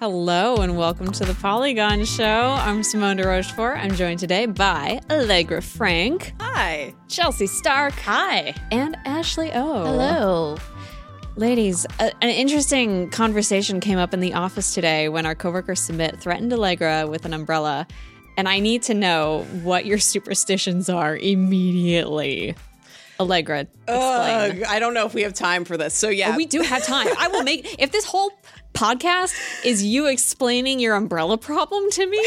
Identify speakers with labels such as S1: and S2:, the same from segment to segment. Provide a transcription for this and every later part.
S1: Hello and welcome to the Polygon Show. I'm Simone de Rochefort. I'm joined today by Allegra Frank,
S2: Hi.
S1: Chelsea Stark,
S2: Hi.
S1: and Ashley O.
S3: Hello.
S1: Ladies, a- an interesting conversation came up in the office today when our coworker Submit threatened Allegra with an umbrella. And I need to know what your superstitions are immediately. Allegra, explain. Oh,
S2: Ugh, I don't know if we have time for this. So yeah,
S1: We do have time. I will make if this whole podcast is you explaining your umbrella problem to me,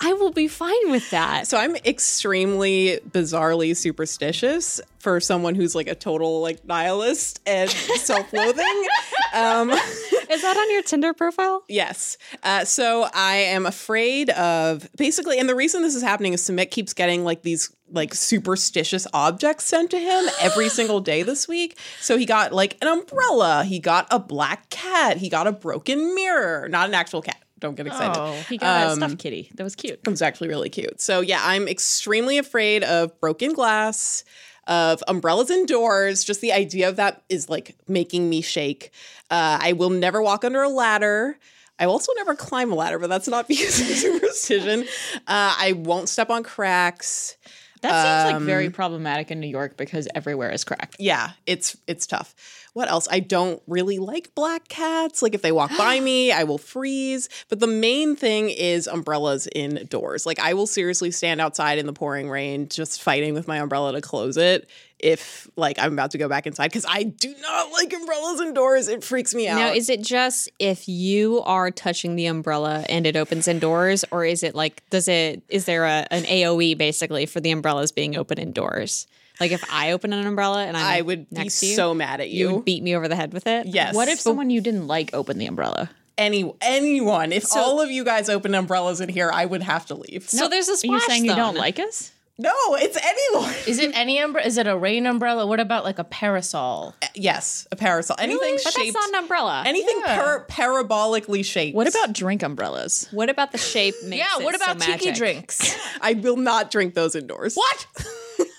S1: I will be fine with that.
S2: so I'm extremely bizarrely superstitious for someone who's like a total like nihilist and self-loathing. um
S1: Is that on your Tinder profile?
S2: Yes. Uh, so I am afraid of basically, and the reason this is happening is Sumit keeps getting like these like superstitious objects sent to him every single day this week. So he got like an umbrella, he got a black cat, he got a broken mirror, not an actual cat. Don't get excited.
S1: Oh.
S3: He got
S2: Um,
S3: a stuffed kitty. That was cute.
S2: It was actually really cute. So yeah, I'm extremely afraid of broken glass, of umbrellas indoors. Just the idea of that is like making me shake. Uh, I will never walk under a ladder. I will also never climb a ladder, but that's not because of superstition. Uh, I won't step on cracks.
S3: That seems like
S2: um,
S3: very problematic in New York because everywhere is cracked.
S2: Yeah, it's it's tough. What else? I don't really like black cats. Like if they walk by me, I will freeze. But the main thing is umbrellas indoors. Like I will seriously stand outside in the pouring rain just fighting with my umbrella to close it if like I'm about to go back inside cuz I do not like umbrellas indoors. It freaks me out.
S1: Now, is it just if you are touching the umbrella and it opens indoors, or is it like does it is there a, an AOE basically for the umbrellas being open indoors? Like if I open an umbrella and I'm
S2: I would be
S1: next to you,
S2: so mad at you.
S1: you would beat me over the head with it.
S2: yes.
S3: What if someone you didn't like opened the umbrella?
S2: any anyone if all of you guys opened umbrellas in here, I would have to leave.
S1: So there's a
S3: Are you
S1: splash
S3: saying you
S1: zone.
S3: don't like us?
S2: No, it's anyone.
S4: Is it any umbrella? Is it a rain umbrella? What about like a parasol?
S2: yes, a parasol. Anything
S1: But
S2: shaped
S1: that's not an umbrella.
S2: Anything par- parabolically shaped.
S3: What about drink umbrellas?
S1: What about the shape? Makes
S4: Yeah.
S1: it
S4: What
S1: so
S4: about tiki
S1: magic?
S4: drinks?
S2: I will not drink those indoors. What?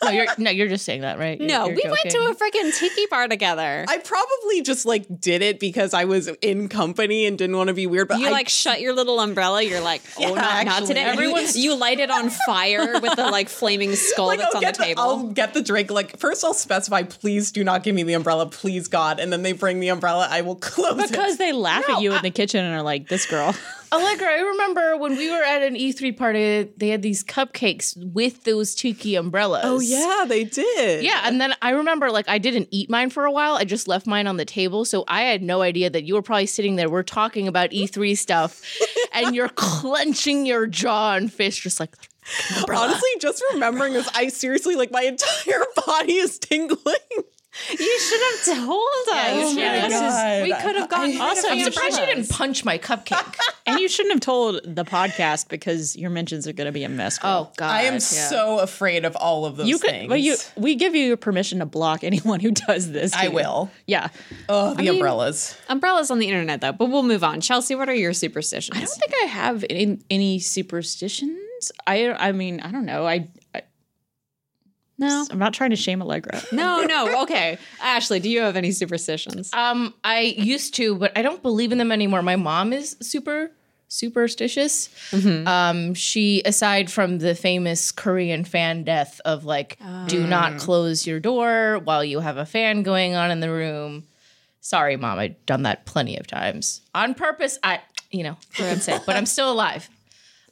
S4: no, you're no, you're just saying that, right? You're-
S1: No,
S4: you're
S1: we went to a
S4: joking.
S1: freaking tiki bar together.
S2: I probably just like did it because I was in company and didn't want to be weird. But
S1: you
S2: I,
S1: like shut your little umbrella. You're like, oh,
S2: Yeah,
S1: not, not
S2: actually,
S1: today.
S2: everyone's-
S1: you, you light it on fire with the like flaming skull
S2: like,
S1: that's
S2: I'll
S1: on the
S2: get
S1: table.
S2: I'll get the um, drink. Like first, I'll specify, please do not give me the umbrella, please God. And then they bring the umbrella. I will close it.
S3: Because they laugh at you in the kitchen and are like, "This girl."
S4: Allegra, I remember when we were at an E3 party, they had these cupcakes with those tiki umbrellas.
S2: Oh yeah, they did.
S4: Yeah, and then I remember like I didn't eat mine for a while. I just left mine on the table, so I had no idea that you were probably sitting there. We're talking about E3 stuff, and you're clenching your jaw and fist, just like
S2: Honestly, just remembering this, I seriously like my entire body is tingling.
S1: you should have told us.
S3: Oh
S4: should have.
S1: This is-
S2: God.
S1: we could have gotten.
S3: Also,
S1: I'm
S4: I'm surprised you
S1: umbrellas.
S4: didn't punch my cupcake.
S3: and you shouldn't have told the podcast because your mentions are going to be a mess. girl.
S4: oh God,
S2: I am
S4: yeah.
S2: so afraid of all of those
S3: you
S2: things.
S3: could. Well, you. We give you permission to block anyone who does this.
S2: I
S3: to you.
S2: will.
S3: Yeah.
S2: Oh, the umbrellas.
S1: Umbrellas on the internet though, but we'll move on. Chelsea, what are your superstitions?
S3: I don't think I have any, any superstitions. I I mean I don't know. I, I
S1: no,
S3: I'm not trying to shame Allegra.
S1: no, no. Okay, Ashley, do you have any superstitions?
S4: Um, I used to, but I don't believe in them anymore. My mom is super superstitious. Um, she, aside from the famous Korean fan death of like, do not close your door while you have a fan going on in the room. Sorry, mom, I've done that plenty of times on purpose. I, you know, that's it. But I'm still alive.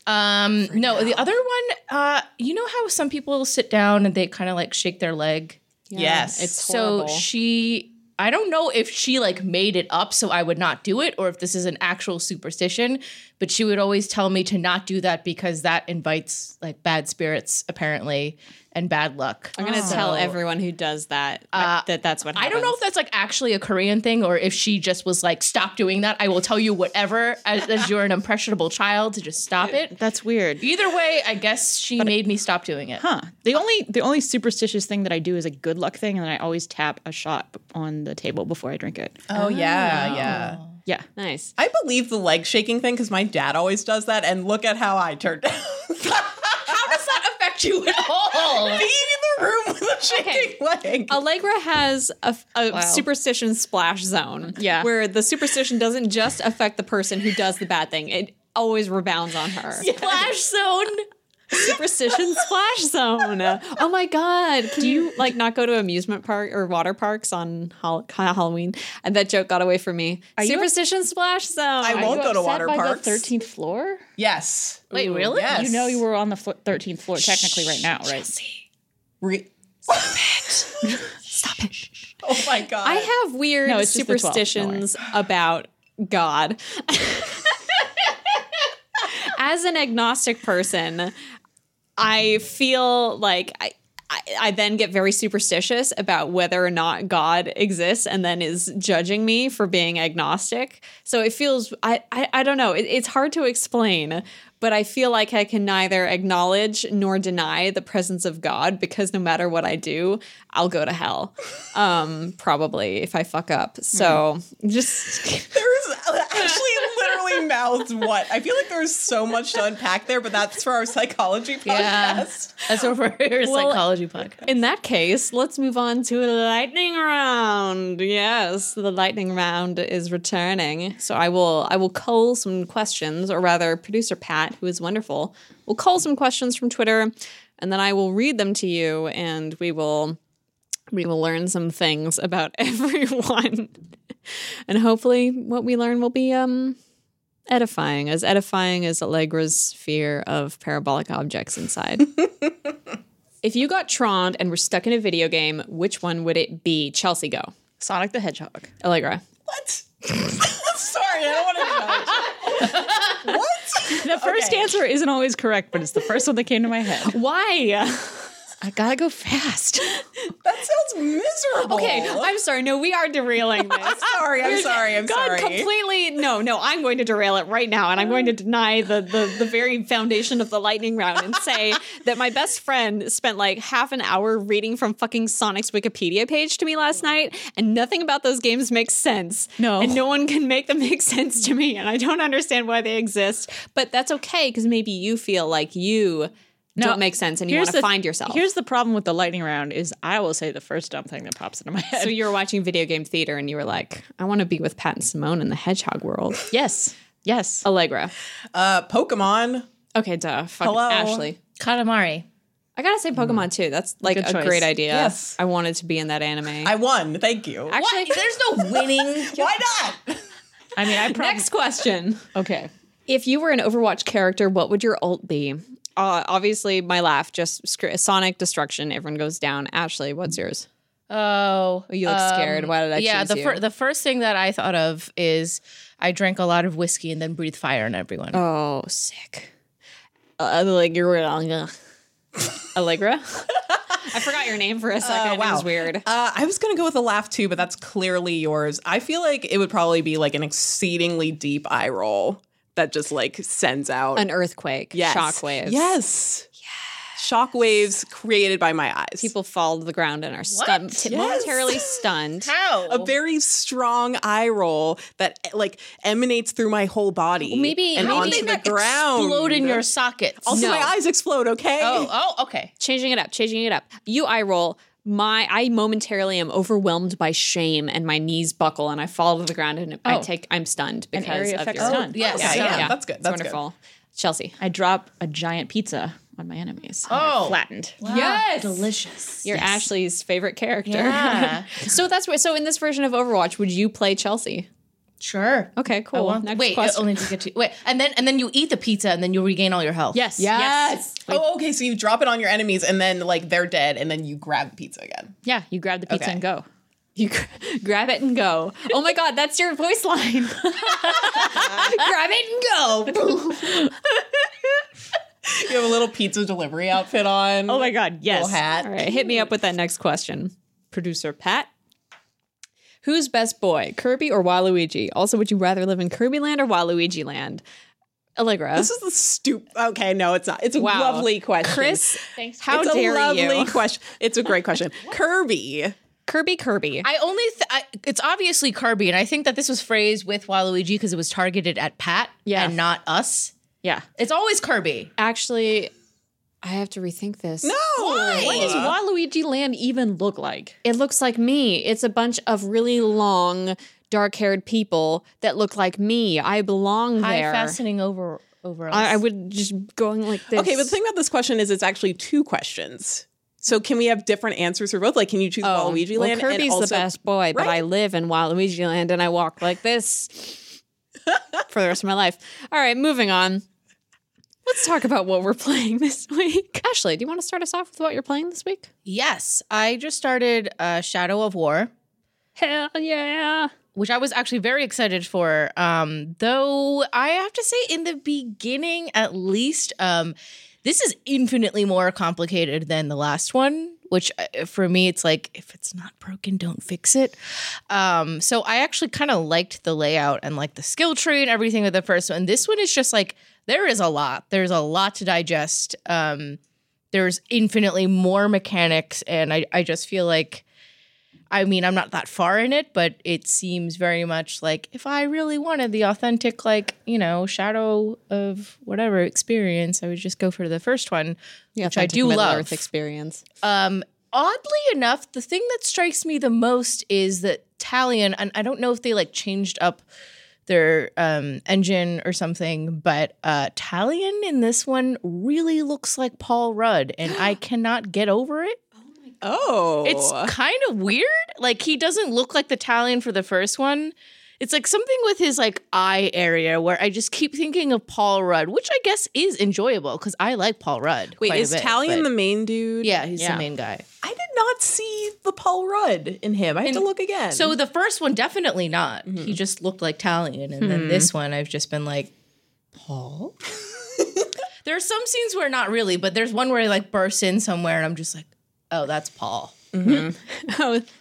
S4: Um, no, the other one, uh, you know how some people sit down and they kind of like shake their leg.
S2: yes.
S1: it's
S4: So she, I don't know if she like made it up so I would not do it or if this is an actual superstition, but she would always tell me to not do that because that invites like bad spirits apparently and bad luck.
S1: I'm gonna tell everyone who does that Uh, that that's what
S4: I
S1: happens.
S4: don't know if that's like actually a Korean thing or if she just was like, stop doing that. I will tell you whatever as, as you're an impressionable child to just stop it.
S3: That's weird.
S4: Either way, I guess she made me stop doing it.
S3: Huh. The only the only superstitious thing that I do is a good luck thing, and then I always tap a shot b- on the table before I drink it.
S2: Oh, yeah, yeah.
S3: Yeah.
S1: Nice.
S2: I believe the leg shaking thing because my dad always does that, and look at how I turned out.
S4: How does that affect distract you at all. Uh,
S2: Being in the room with a shaking leg.
S1: Allegra has a, a
S4: Wow.
S1: superstition splash zone.
S3: Yeah.
S1: Where the superstition doesn't just affect the person who does the bad thing, it always rebounds on her.
S4: Flash zone.
S1: Superstition splash zone. Oh my God. Can you like not go to amusement park or water parks on Hall- Halloween? And that joke got away from me. superstition splash zone.
S2: I won't go to water parks.
S3: Thirteenth floor.
S2: Yes.
S4: Wait, really?
S2: Yes.
S3: You know you were on the thirteenth floor technically right now, right?
S2: Re-
S1: Stop it.
S2: oh my god.
S1: I have weird
S3: No, it's just the 12th, don't worry.
S1: superstitions about God. As an agnostic person, I feel like I, I, I then get very superstitious about whether or not God exists and then is judging me for being agnostic. So it feels, I, I, I don't know, it, it's hard to explain, but I feel like I can neither acknowledge nor deny the presence of God because no matter what I do, I'll go to hell. Um, probably if I fuck up. So
S4: Hmm.
S1: just.
S2: There's actually literally mouths what. I feel like there's so much to unpack there, but that's for our psychology podcast.
S4: Yeah. That's over your
S1: Well,
S4: psychology podcast.
S1: In that case, let's move on to the lightning round. Yes, the lightning round is returning. So I will I will cull some questions, or rather, producer Pat, who is wonderful, will cull some questions from Twitter, and then I will read them to you, and we will we will learn some things about everyone, and hopefully, what we learn will be um edifying, as edifying as Allegra's fear of parabolic objects inside. If you got troned and were stuck in a video game, which one would it be? Chelsea, go.
S3: Sonic the Hedgehog.
S1: Allegra.
S2: What? Sorry, I don't want to judge. what?
S3: The first answer isn't always correct, but it's the first one that came to my head.
S1: Why?
S3: I gotta go fast.
S2: That sounds miserable.
S1: Okay, I'm sorry. No, we are derailing this.
S2: sorry. I'm sorry. I'm
S1: God
S2: sorry.
S1: completely no, no, I'm going to derail it right now and I'm going to deny the, the the very foundation of the lightning round and say that my best friend spent like half an hour reading from fucking Sonic's Wikipedia page to me last night and nothing about those games makes sense.
S3: No.
S1: And no one can make them make sense to me and I don't understand why they exist. But that's okay because maybe you feel like you don't make sense and you want to find yourself.
S3: Here's the problem with the lightning round is I will say the first dumb thing that pops into my head.
S1: so you were watching video game theater and you were like, I want to be with Pat and Simone in the hedgehog world.
S3: yes. Yes.
S1: Allegra.
S2: Uh, Pokemon.
S1: Okay, duh. Fuck
S2: Hello?
S1: Ashley.
S4: Katamari.
S1: I gotta say Pokemon too. That's like
S3: Good
S1: a
S3: choice.
S1: great idea.
S2: Yes.
S1: I wanted to be in that anime.
S2: I won. Thank you.
S1: Actually,
S4: What? There's no winning.
S2: Why not?
S3: I mean I probably
S1: next question.
S3: Okay.
S1: If you were an Overwatch character, what would your ult be? Uh, obviously, my laugh just scr- Sonic destruction. Everyone goes down. Ashley, what's yours?
S4: Oh,
S1: you
S2: Um,
S1: look scared. Why did I
S4: yeah,
S1: choose
S4: the
S1: you?
S4: the first thing that I thought of is I drank a lot of whiskey and then breathed fire on everyone.
S1: Oh, sick. Uh, Allegra. Allegra. I forgot your name for a second. It was weird.
S2: Uh, I was gonna go with a laugh too, but that's clearly yours. I feel like it would probably be like an exceedingly deep eye roll that just like sends out
S1: An earthquake.
S2: Yes.
S1: Shockwaves.
S2: Yes. Shockwaves created by my eyes.
S1: People fall to the ground and are stunned,
S4: Yes.
S1: momentarily stunned.
S4: How?
S2: a very strong eye roll that like emanates through my whole body.
S1: maybe-
S2: and
S1: maybe
S2: onto
S1: they
S2: the
S1: got
S2: ground.
S4: explode in your sockets.
S2: also
S1: No.
S2: my eyes explode, okay?
S4: oh, oh, okay.
S1: changing it up, changing it up. You eye roll. My I momentarily am overwhelmed by shame and my knees buckle and I fall to the ground and I
S3: Oh.
S1: take I'm stunned
S3: An
S1: because
S3: area
S1: of
S3: effect
S1: your Oh,
S3: stun.
S4: Yeah,
S2: Okay,
S4: yeah.
S2: yeah, Oh, that's good.
S1: It's
S2: That's
S1: wonderful. Chelsea.
S3: I drop a giant pizza on my enemies.
S4: Oh.
S3: flattened.
S1: Yes.
S4: delicious.
S1: You're Ashley's favorite character.
S4: Yeah.
S1: so that's what so in this version of Overwatch, would you play Chelsea?
S4: sure.
S1: Okay, cool. Next
S4: wait, uh,
S1: question.
S4: only to get to wait, and then and then you eat the pizza and then you regain all your health.
S3: Yes.
S1: yes.
S2: good. Oh, okay. So you drop it on your enemies, and then like they're dead, and then you grab the pizza again.
S3: Yeah, you grab the pizza
S2: Okay.
S3: and go.
S1: You gra- grab it and go. Oh my god, that's your voice line. grab it and go.
S2: You have a little pizza delivery outfit on.
S3: Oh my god, yes.
S2: little hat.
S1: All right, hit me up with that next question, producer Pat. Who's best boy, Kirby or Waluigi? Also, would you rather live in Kirby Land or Waluigi Land? Allegra,
S2: This is the stupid. Okay, no, it's not. It's a
S1: Wow.
S2: lovely question,
S1: Chris,
S3: Thanks.
S1: how
S2: it's
S1: dare
S2: a lovely
S1: you?
S2: question. It's a great question. Kirby.
S1: Kirby, Kirby.
S4: I only th- I, it's obviously Kirby, and I think that this was phrased with Waluigi because it was targeted at Pat
S3: Yeah.
S4: and not us.
S3: Yeah.
S4: It's always Kirby.
S1: Actually, I have to rethink this.
S2: No.
S3: What does Waluigi Land even look like?
S1: It looks like me. It's a bunch of really long, dark haired people that look like me. I belong
S4: High
S1: there.
S4: fastening over over us.
S1: I, I would just going like this.
S2: Okay, but the thing about this question is it's actually two questions. So can we have different answers for both? Like, can you choose
S1: Oh,
S2: Waluigi
S1: well,
S2: Land?
S1: Kirby's
S2: and also,
S1: the best boy, but I
S2: Right.
S1: live in Waluigi Land and I walk like this for the rest of my life. All right, moving on. Let's talk about what we're playing this week. Ashley, do you want to start us off with what you're playing this week?
S4: yes, I just started uh, Shadow of War.
S1: Hell yeah.
S4: which I was actually very excited for. Um, though I have to say, in the beginning, at least, um, this is infinitely more complicated than the last one. Which uh, for me, it's like if it's not broken, don't fix it. Um, so I actually kind of liked the layout and like the skill tree and everything of the first one. This one is just like there is a lot. There's a lot to digest. Um, there's infinitely more mechanics, and I I just feel like I mean, I'm not that far in it, but it seems very much like if I really wanted the authentic, like, you know, shadow of whatever experience, I would just go for the first one, which I do love.
S1: experience.
S4: Um, oddly enough, the thing that strikes me the most is that Talion, and I don't know if they like changed up their um, engine or something, but uh, Talion in this one really looks like Paul Rudd, and I cannot get over it.
S2: oh,
S4: It's kind of weird. Like he doesn't look like the Italian for the first one. It's like something with his like eye area where I just keep thinking of Paul Rudd, which I guess is enjoyable because I like Paul Rudd.
S2: wait.
S4: quite a
S2: Is
S4: bit,
S2: Talion
S4: but-
S2: the main dude?
S4: yeah, he's
S1: Yeah.
S4: the main guy.
S2: I did not see the Paul Rudd in him. I had to look again.
S4: So the first one definitely not.
S2: Mm-hmm.
S4: He just looked like Talion, and
S2: Hmm.
S4: then this one I've just been like, Paul. there are some scenes where not really, but there's one where he like bursts in somewhere, and I'm just like, oh, that's Paul.
S1: Oh,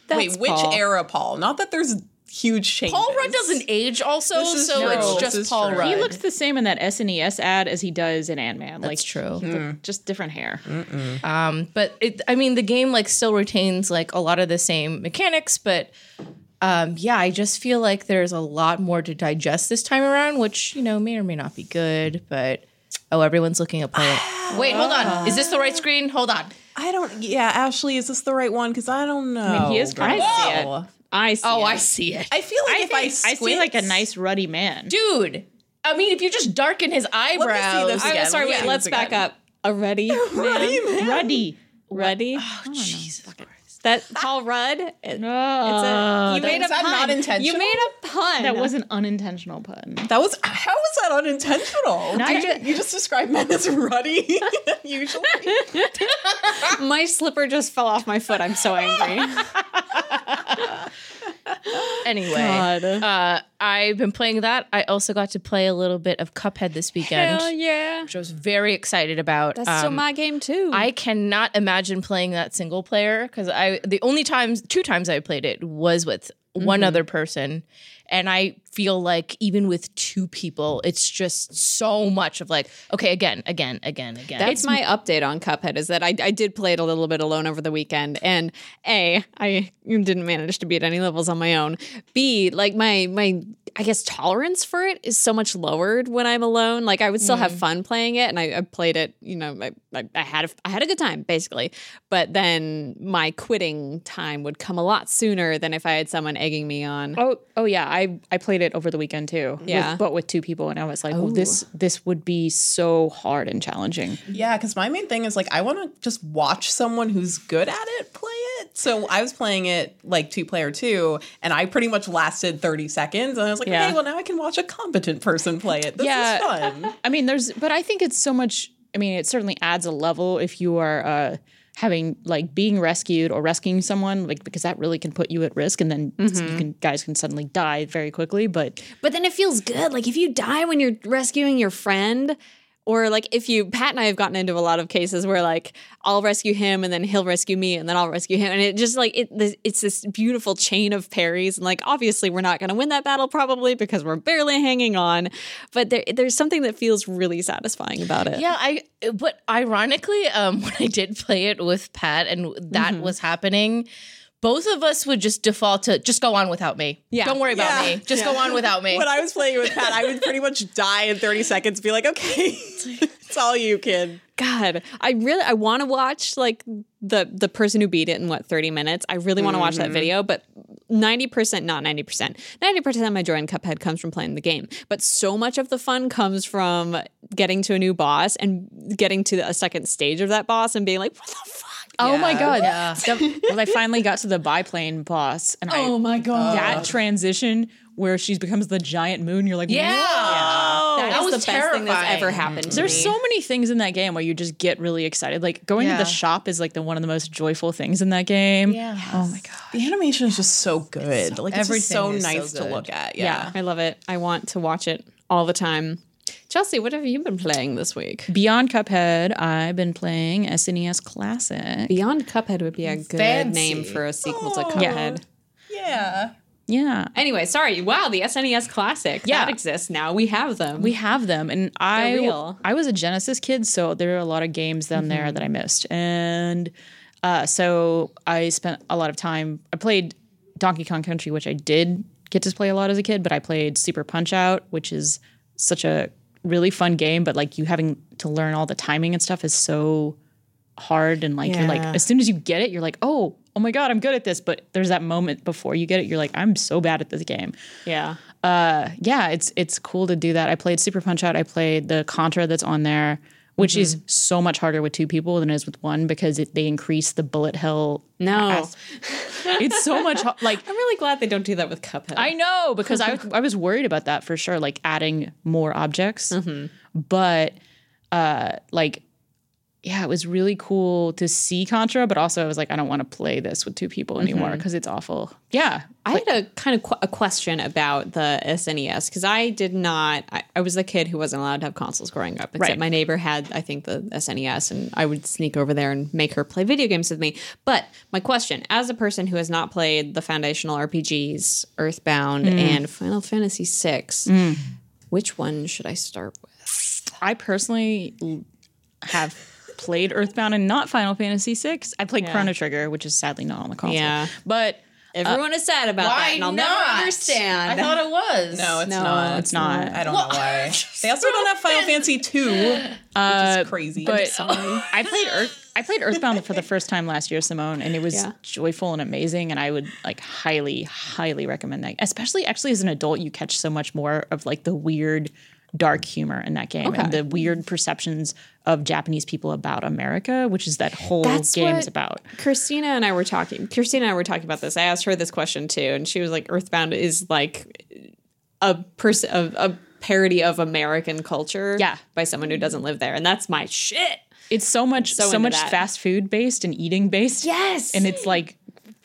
S1: that's
S2: wait, which
S1: Paul.
S2: era Paul? Not that there's huge changes.
S4: Paul Rudd doesn't age, also,
S2: This is
S4: so
S2: true.
S4: it's
S2: This
S4: just
S2: is
S4: Paul
S2: true.
S4: Rudd.
S2: He
S3: He looks the same in that SNES ad as he does in Ant Man. Like
S4: That's true.
S2: Hmm.
S3: just different hair.
S1: Mm.
S4: Um, but it, I mean, the game like still retains like a lot of the same mechanics, but um, yeah, I just feel like there's a lot more to digest this time around, which you know may or may not be good. But oh, everyone's looking at Paul. Wait, hold on. Is this the
S2: Ah.
S4: right screen? Hold on.
S2: I don't. Yeah, Ashley, is this the right one? Because I don't know.
S3: I mean, he is kind of see it. I see.
S4: Oh,
S3: it.
S4: I see it,
S2: I feel like
S3: I,
S2: if
S3: think,
S2: I
S3: I see
S2: squint-
S3: like a nice ruddy man.
S4: dude. I mean, if you just darken his eyebrows,
S2: this
S4: I-
S2: again.
S1: I'm sorry,
S2: Let me
S1: wait,
S2: see
S1: let's
S2: this
S1: back
S2: again.
S1: up. A ready man?
S3: Ruddy.
S1: Ready?
S4: Jesus Christ.
S1: That Paul Rudd? It- it's a-
S3: Ah,
S1: you
S3: that
S1: made
S2: was-
S1: a
S2: that
S1: pun.
S2: not intentional?
S1: You made a pun.
S3: That was an unintentional pun.
S2: That was how was that unintentional?
S3: Not
S2: Did you, you just described men as ruddy. usually,
S1: My slipper just fell off my foot. I'm so angry.
S4: Anyway,
S1: God.
S4: Uh, I've been playing that. I also got to play a little bit of Cuphead this weekend,
S1: Hell yeah.
S4: which I was very excited about.
S1: That's still
S4: Um,
S1: my game too.
S4: I cannot imagine playing that single player because I the only times two times I played it was with one other person, and I feel like even with two people, it's just so much of like okay again again again again.
S1: That's my update on Cuphead is that I, I did play it a little bit alone over the weekend, and a I didn't manage to beat any levels on my own. B like my my I guess tolerance for it is so much lowered when I'm alone. Like I would still
S4: Mm.
S1: have fun playing it, and I, I played it. You know, I, I, I had a, I had a good time basically, but then my quitting time would come a lot sooner than if I had someone egging me on.
S3: Oh, oh yeah, I I played it over the weekend too. with-
S1: Yeah.
S3: but with two people, and I was like, oh, this this would be so hard and challenging.
S2: yeah. Because my main thing is like I want to just watch someone who's good at it play it. So I was playing it like two player two, and I pretty much lasted thirty seconds, and I was like,
S1: Yeah.
S2: okay, well now I can watch a competent person play it. This
S3: Yeah.
S2: is fun.
S3: I mean, there's, but I think it's so much. I mean, it certainly adds a level if you are uh, having like being rescued or rescuing someone, like because that really can put you at risk, and then
S1: Mm-hmm.
S3: you can guys can suddenly die very quickly. But
S1: But then it feels good. Like if you die when you're rescuing your friend, or like if you Pat and I have gotten into a lot of cases where like I'll rescue him and then he'll rescue me and then I'll rescue him and it just like it this- it's this beautiful chain of parries and like obviously we're not going to win that battle probably because we're barely hanging on, but there, there's something that feels really satisfying about it.
S4: Yeah, I
S1: Mm-hmm.
S4: but ironically, um, when I did play it with Pat and that was happening, both of us would just default to just go on without me.
S1: Yeah.
S4: Don't worry about
S2: Yeah.
S4: me. Just go on without me.
S2: When I was playing with Pat, I would pretty much die in 30 seconds, be like, okay, it's all you, kid.
S1: God, I really I want to watch like the the person who beat it in what 30 minutes. I really want to watch that video, but 90% not 90%. 90% of my joy in Cuphead comes from playing the game, but so much of the fun comes from getting to a new boss and getting to a second stage of that boss and being like, "What the fuck?"
S3: Oh my god!
S4: Yeah.
S3: The- when I finally got to the biplane boss, and I,
S1: Oh my god.
S3: that transition where she becomes the giant moon, you're like,
S4: yeah. That,
S1: that
S4: was
S1: was the best thing
S4: terrifying.
S1: that's ever happened to
S3: There's
S1: me.
S3: so many things in that game where you just get really excited. Like going
S4: Yeah.
S3: to the shop is like the one of the most joyful things in that game.
S4: Yeah.
S3: Oh my god.
S2: The animation is just so good. like, it's just
S4: everything
S2: so
S4: is so
S2: nice to
S4: good.
S2: look at.
S3: Yeah.
S2: Yeah.
S1: I love it. I want to watch it all the time. Chelsea, what have you been playing this week?
S3: Beyond Cuphead, I've been playing SNES Classic.
S1: Beyond Cuphead would be a good
S4: Fancy.
S1: name for a sequel to Cuphead.
S2: Yeah.
S3: Yeah.
S1: Anyway, sorry. Wow, the SNES classic.
S3: Yeah.
S1: That exists now. We have them.
S3: We have them, and I
S1: real.
S3: I was a Genesis kid, so there are a lot of games down there that I missed, and uh, so I spent a lot of time. I played Donkey Kong Country, which I did get to play a lot as a kid, but I played Super Punch Out, which is such a really fun game, but like you having to learn all the timing and stuff is so hard, and like you're like
S2: Yeah.
S3: as soon as you get it, you're like oh. Oh my god, I'm good at this, but there's that moment before you get it, you're like, I'm so bad at this game
S1: yeah.
S3: yeah, it's it's cool to do that. I played Super Punch Out. I played the Contra that's on there, which is so much harder with two people than it is with one because it, they increase the bullet hell.
S1: No.
S3: as- it's so much ho- like
S1: I'm really glad they don't do that with Cuphead.
S3: I know because I I was worried about that for sure, like adding more objects, but uh, like. Yeah, it was really cool to see Contra, but also I was like, I don't want to play this with two people anymore because it's awful. Yeah,
S1: I had a kind of qu- a question about the SNES because I did not. I, I was the kid who wasn't allowed to have consoles growing up. Except
S3: Right.
S1: my neighbor had, I think, the SNES, and I would sneak over there and make her play video games with me. But my question, as a person who has not played the foundational RPGs, Earthbound
S3: Mm.
S1: and Final Fantasy VI, which one should I start with?
S3: I personally l- have played Earthbound and not Final Fantasy VI. I played Chrono Trigger, which is sadly not on the console.
S1: Yeah.
S3: but
S1: Everyone is sad about that,
S4: Why
S1: and I'll
S4: not?
S1: never understand.
S4: I thought it was.
S2: No, it's
S1: No, it's
S2: not.
S3: it's not.
S2: I don't know why. They also don't have Final Fantasy uh, 2, which is crazy.
S3: But I played Earth. I played Earthbound for the first time last year, Simone, and it was
S1: Yeah.
S3: joyful and amazing. And I would like highly, highly recommend that. Especially, actually, as an adult, you catch so much more of like the weird, dark humor in that game and the weird perceptions of Japanese people about America, which is that whole
S1: That's
S3: game
S1: what-
S3: is about.
S1: Christina and I were talking. Christina and I were talking about this. I asked her this question too, and she was like, "Earthbound is like a person of a parody of American culture,
S3: Yeah.
S1: by someone who doesn't live there, and that's my shit."
S3: It's so much, so,
S1: into
S3: much
S1: that.
S3: fast food based and eating based.
S1: Yes.
S3: and it's like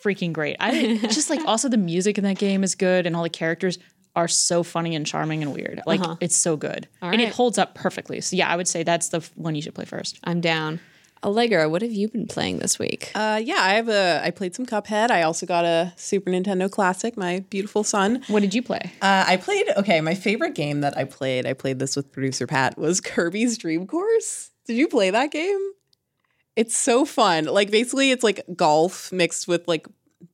S3: freaking great. I it's just like also the music in that game is good, and all the characters are so funny and charming and weird. Like it's so good, and it
S1: right.
S3: holds up perfectly. So yeah, I would say that's the f- one you should play first.
S1: I'm down. Allegra, what have you been playing this week?
S2: Uh, yeah, I have a. I played some Cuphead. I also got a Super Nintendo Classic. My beautiful son.
S3: What did you play?
S2: Uh, I played. Okay, my favorite game that I played. I played this with producer Pat. Was Kirby's Dream Course. Did you play that game? It's so fun. Like basically, it's like golf mixed with like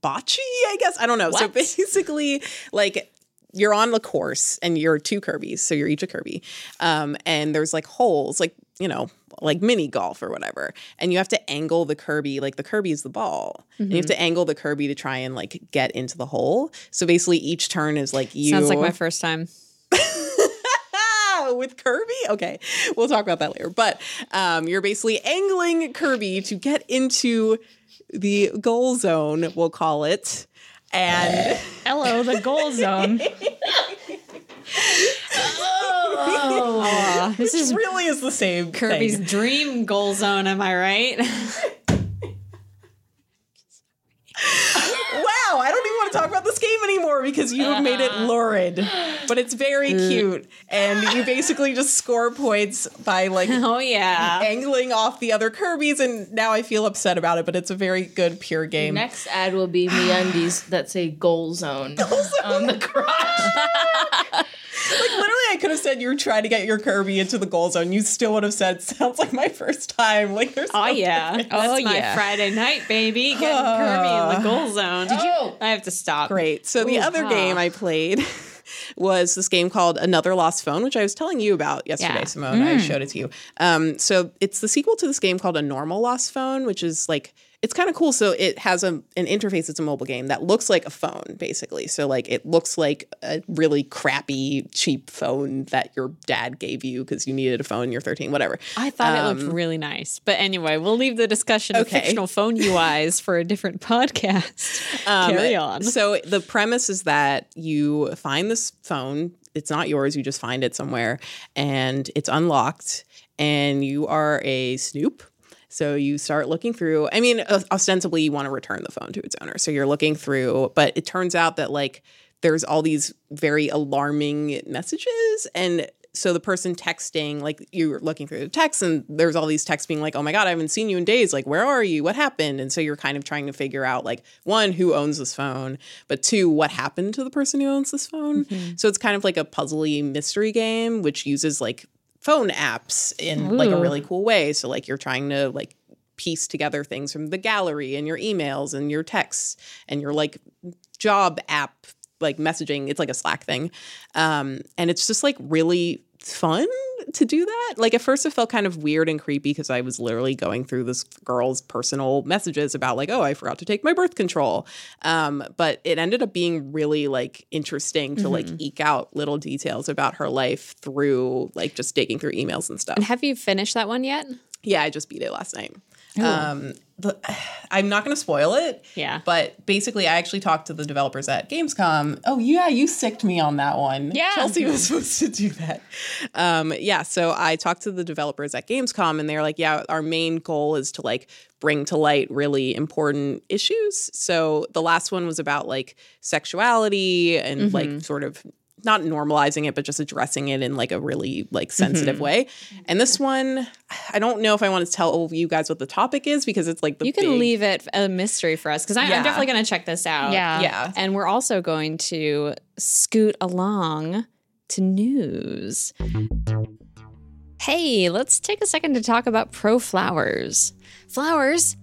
S2: bocce. I guess I don't know. So
S1: What?
S2: basically, like you're on the course and you're two Kirby's, so you're each a Kirby. Um, and there's like holes, like you know, like mini golf or whatever. And you have to angle the Kirby, like the Kirby is the ball, and you
S1: Mm-hmm.
S2: have to angle the Kirby to try and like get into the hole. So basically, each turn is like you
S1: Sounds like my first time.
S2: Ah, with Kirby? Okay, we'll talk about that later. But um, you're basically angling Kirby to get into the goal zone, we'll call it. And
S3: Hello, the goal zone.
S2: this is really is the same
S1: Kirby's
S2: thing.
S1: dream goal zone. Am I right?
S2: Wow, I don't even want to talk about this game anymore because you have made it lurid. But it's very cute, and you basically just score points by like
S1: oh yeah.
S2: angling off the other Kirby's. And now I feel upset about it, but it's a very good pure game.
S4: Next ad will be me undies that say goal zone on the crotch.
S2: Like literally, I could have said you were trying to get your Kirby into the goal zone. You still would have said, "Sounds like my first time." Like there's.
S1: Oh
S2: no
S1: yeah,
S2: difference.
S1: that's
S3: Oh,
S1: my
S3: yeah.
S1: Friday night, baby. Getting Kirby in the goal zone. Did
S4: you-
S1: I have to stop.
S2: Oh, Great. So the
S1: Ooh,
S2: other
S1: huh.
S2: game I played was this game called Another Lost Phone, which I was telling you about yesterday,
S1: Yeah. Mm.
S2: Simone. I showed it to you. Um, so it's the sequel to this game called A Normal Lost Phone, which is like it's kind of cool. So it has a, an interface. It's a mobile game that looks like a phone, basically. So like it looks like a really crappy, cheap phone that your dad gave you because you needed a phone. You're 13, whatever.
S1: I thought it looked really nice. But anyway, we'll leave the discussion
S2: Okay.
S1: of fictional phone UIs for a different podcast. Carry on.
S2: Um, So the premise is that you find this phone. It's not yours. You just find it somewhere, and it's unlocked. And you are a snoop. So you start looking through. I mean, o- ostensibly you want to return the phone to its owner. So you're looking through, but it turns out that like there's all these very alarming messages and so the person texting like you're looking through the text and there's all these texts being like oh my god i haven't seen you in days like where are you what happened and so you're kind of trying to figure out like one who owns this phone but two what happened to the person who owns this phone so it's kind of like a puzzly mystery game which uses like phone apps in like a
S1: Ooh.
S2: really cool way so like you're trying to like piece together things from the gallery and your emails and your texts and your like job app like messaging it's like a slack thing um, and it's just like really fun to do that like at first it felt kind of weird and creepy because i was literally going through this girl's personal messages about like oh i forgot to take my birth control um, but it ended up being really like interesting to like eke out little details about her life through like just digging through emails and stuff
S1: and have you finished that one yet?
S2: yeah, I just beat it last night. Um, the, I'm not going to spoil it.
S1: Yeah.
S2: But basically, I actually talked to the developers at Gamescom. Oh, yeah, you sicked me on that one.
S1: Yeah.
S2: Chelsea was supposed to do that. Um, yeah. So I talked to the developers at Gamescom, and they're like, yeah, our main goal is to like bring to light really important issues. So the last one was about like sexuality and
S1: Mm-hmm.
S2: like sort of not normalizing it but just addressing it in like a really like sensitive
S4: Mm-hmm.
S2: way and this one i don't know if i want to tell you guys what the topic is because it's like the
S1: You can
S2: big-
S1: leave it a mystery for us because I'm,
S2: Yeah.
S1: definitely going to check this out.
S3: Yeah.
S2: yeah
S1: And we're also going to scoot along to news. Hey, let's take a second to talk about pro flowers. Flowers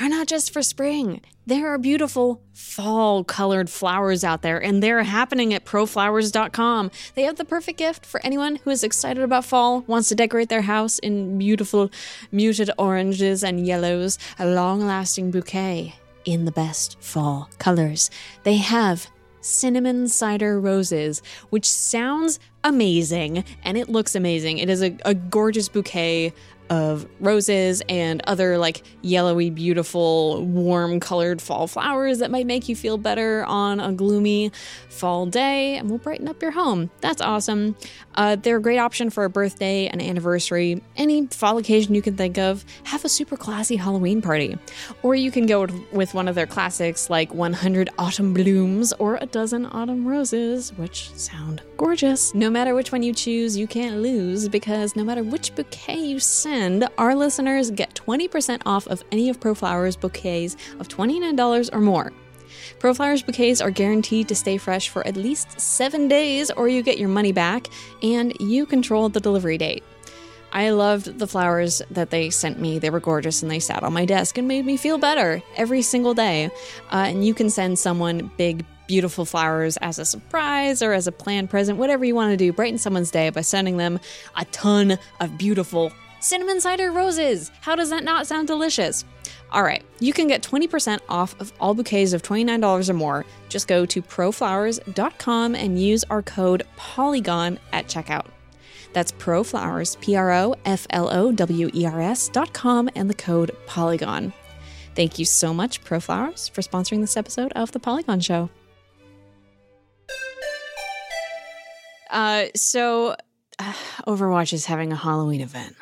S1: are not just for spring. There are beautiful fall colored flowers out there, and they're happening at proflowers.com. They have the perfect gift for anyone who is excited about fall, wants to decorate their house in beautiful muted oranges and yellows, a long lasting bouquet in the best fall colors. They have cinnamon cider roses, which sounds amazing and it looks amazing. It is a, a gorgeous bouquet of roses and other like yellowy, beautiful, warm colored fall flowers that might make you feel better on a gloomy fall day and will brighten up your home. That's awesome. Uh, they're a great option for a birthday, an anniversary, any fall occasion you can think of. Have a super classy Halloween party. Or you can go with one of their classics like 100 Autumn Blooms or a dozen Autumn Roses, which sound gorgeous. No matter which one you choose, you can't lose because no matter which bouquet you send, our listeners get 20% off of any of ProFlowers bouquets of $29 or more. ProFlowers bouquets are guaranteed to stay fresh for at least seven days, or you get your money back, and you control the delivery date. I loved the flowers that they sent me. They were gorgeous and they sat on my desk and made me feel better every single day. Uh, and you can send someone big, beautiful flowers as a surprise or as a planned present, whatever you want to do. Brighten someone's day by sending them a ton of beautiful cinnamon cider roses. How does that not sound delicious? All right, you can get 20% off of all bouquets of $29 or more. Just go to proflowers.com and use our code POLYGON at checkout. That's proflowers, P R O F L O W E R S dot com, and the code Polygon. Thank you so much, Proflowers, for sponsoring this episode of The Polygon Show. Uh, so, uh, Overwatch is having a Halloween event,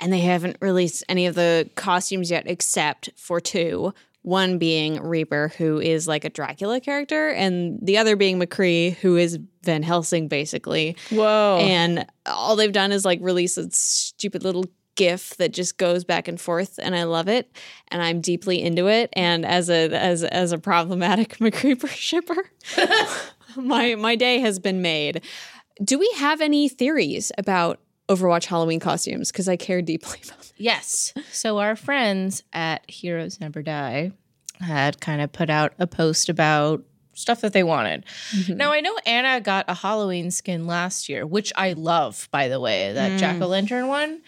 S1: and they haven't released any of the costumes yet, except for two. One being Reaper, who is like a Dracula character, and the other being McCree, who is Van Helsing, basically
S3: Whoa.
S1: and all they've done is like release a stupid little gif that just goes back and forth and i love it and i'm deeply into it and as a as as a problematic mccreeper shipper my my day has been made do we have any theories about Overwatch Halloween costumes? Because I care deeply about them.
S4: Yes. So our friends at Heroes Never Die had kind of put out a post about stuff that they wanted. Now I know Anna got a Halloween skin last year, which I love, by the way, that jack o' lantern one.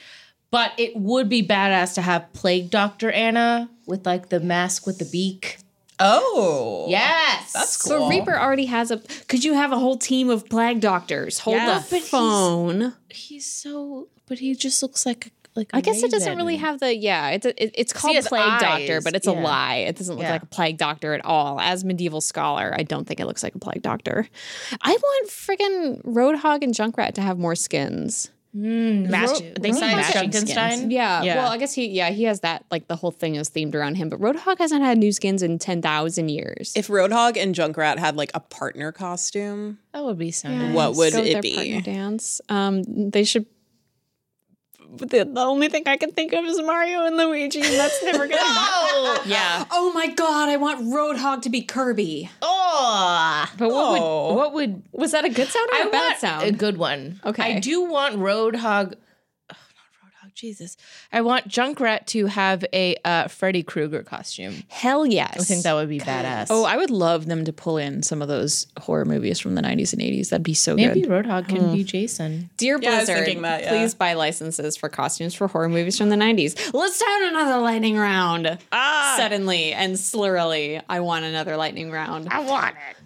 S4: But it would be badass to have Plague Doctor Anna with like the mask with the beak.
S5: Oh.
S4: Yes.
S5: That's cool.
S1: But Reaper already has a. Could you have a whole team of plague doctors? Hold
S3: Yeah.
S1: the phone.
S4: He's so but he just looks like like
S1: I guess it doesn't really have the yeah. It's a, it, it's called
S4: has
S1: plague doctor,
S4: eyes,
S1: but it's a
S4: yeah.
S1: lie. It doesn't look
S4: Yeah.
S1: like a plague doctor at all. As medieval scholar, I don't think it looks like a plague doctor. I want friggin' Roadhog and Junkrat to have more skins.
S4: match. They
S3: Roadhog
S4: signed
S3: has
S4: Frankenstein.
S1: Yeah,
S3: Yeah.
S1: Well, I guess he yeah he has that like the whole thing is themed around him. But Roadhog hasn't had new skins in ten thousand years.
S2: If Roadhog and Junkrat had like a partner costume,
S4: That would be so nice.
S2: what would
S1: Go with
S2: it
S1: their
S2: be?
S1: partner dance. Um, they should. The, the only thing I can think of is Mario and Luigi, and that's never gonna. happen.
S3: Yeah.
S1: Oh my god! I want Roadhog to be Kirby.
S4: Oh,
S3: But what would what would
S1: Was that a good sound or a
S4: I
S1: bad
S4: want
S1: sound?
S4: a good one.
S1: Okay.
S4: I do want Roadhog. oh, not Roadhog, Jesus, I want Junkrat to have a uh, Freddy Krueger costume.
S1: Hell yes.
S4: I think that would be badass.
S3: Oh, I would love them to pull in some of those horror movies from the 90s and 80s. That'd be so
S4: maybe
S3: good.
S4: Roadhog can be Jason.
S1: Dear
S5: Yeah, I was
S1: Blizzard,
S5: thinking that, yeah.
S1: please buy licenses for costumes for horror movies from the 90s. Let's have another lightning round. Ah. Suddenly and slurrily, I want another lightning round. I want it.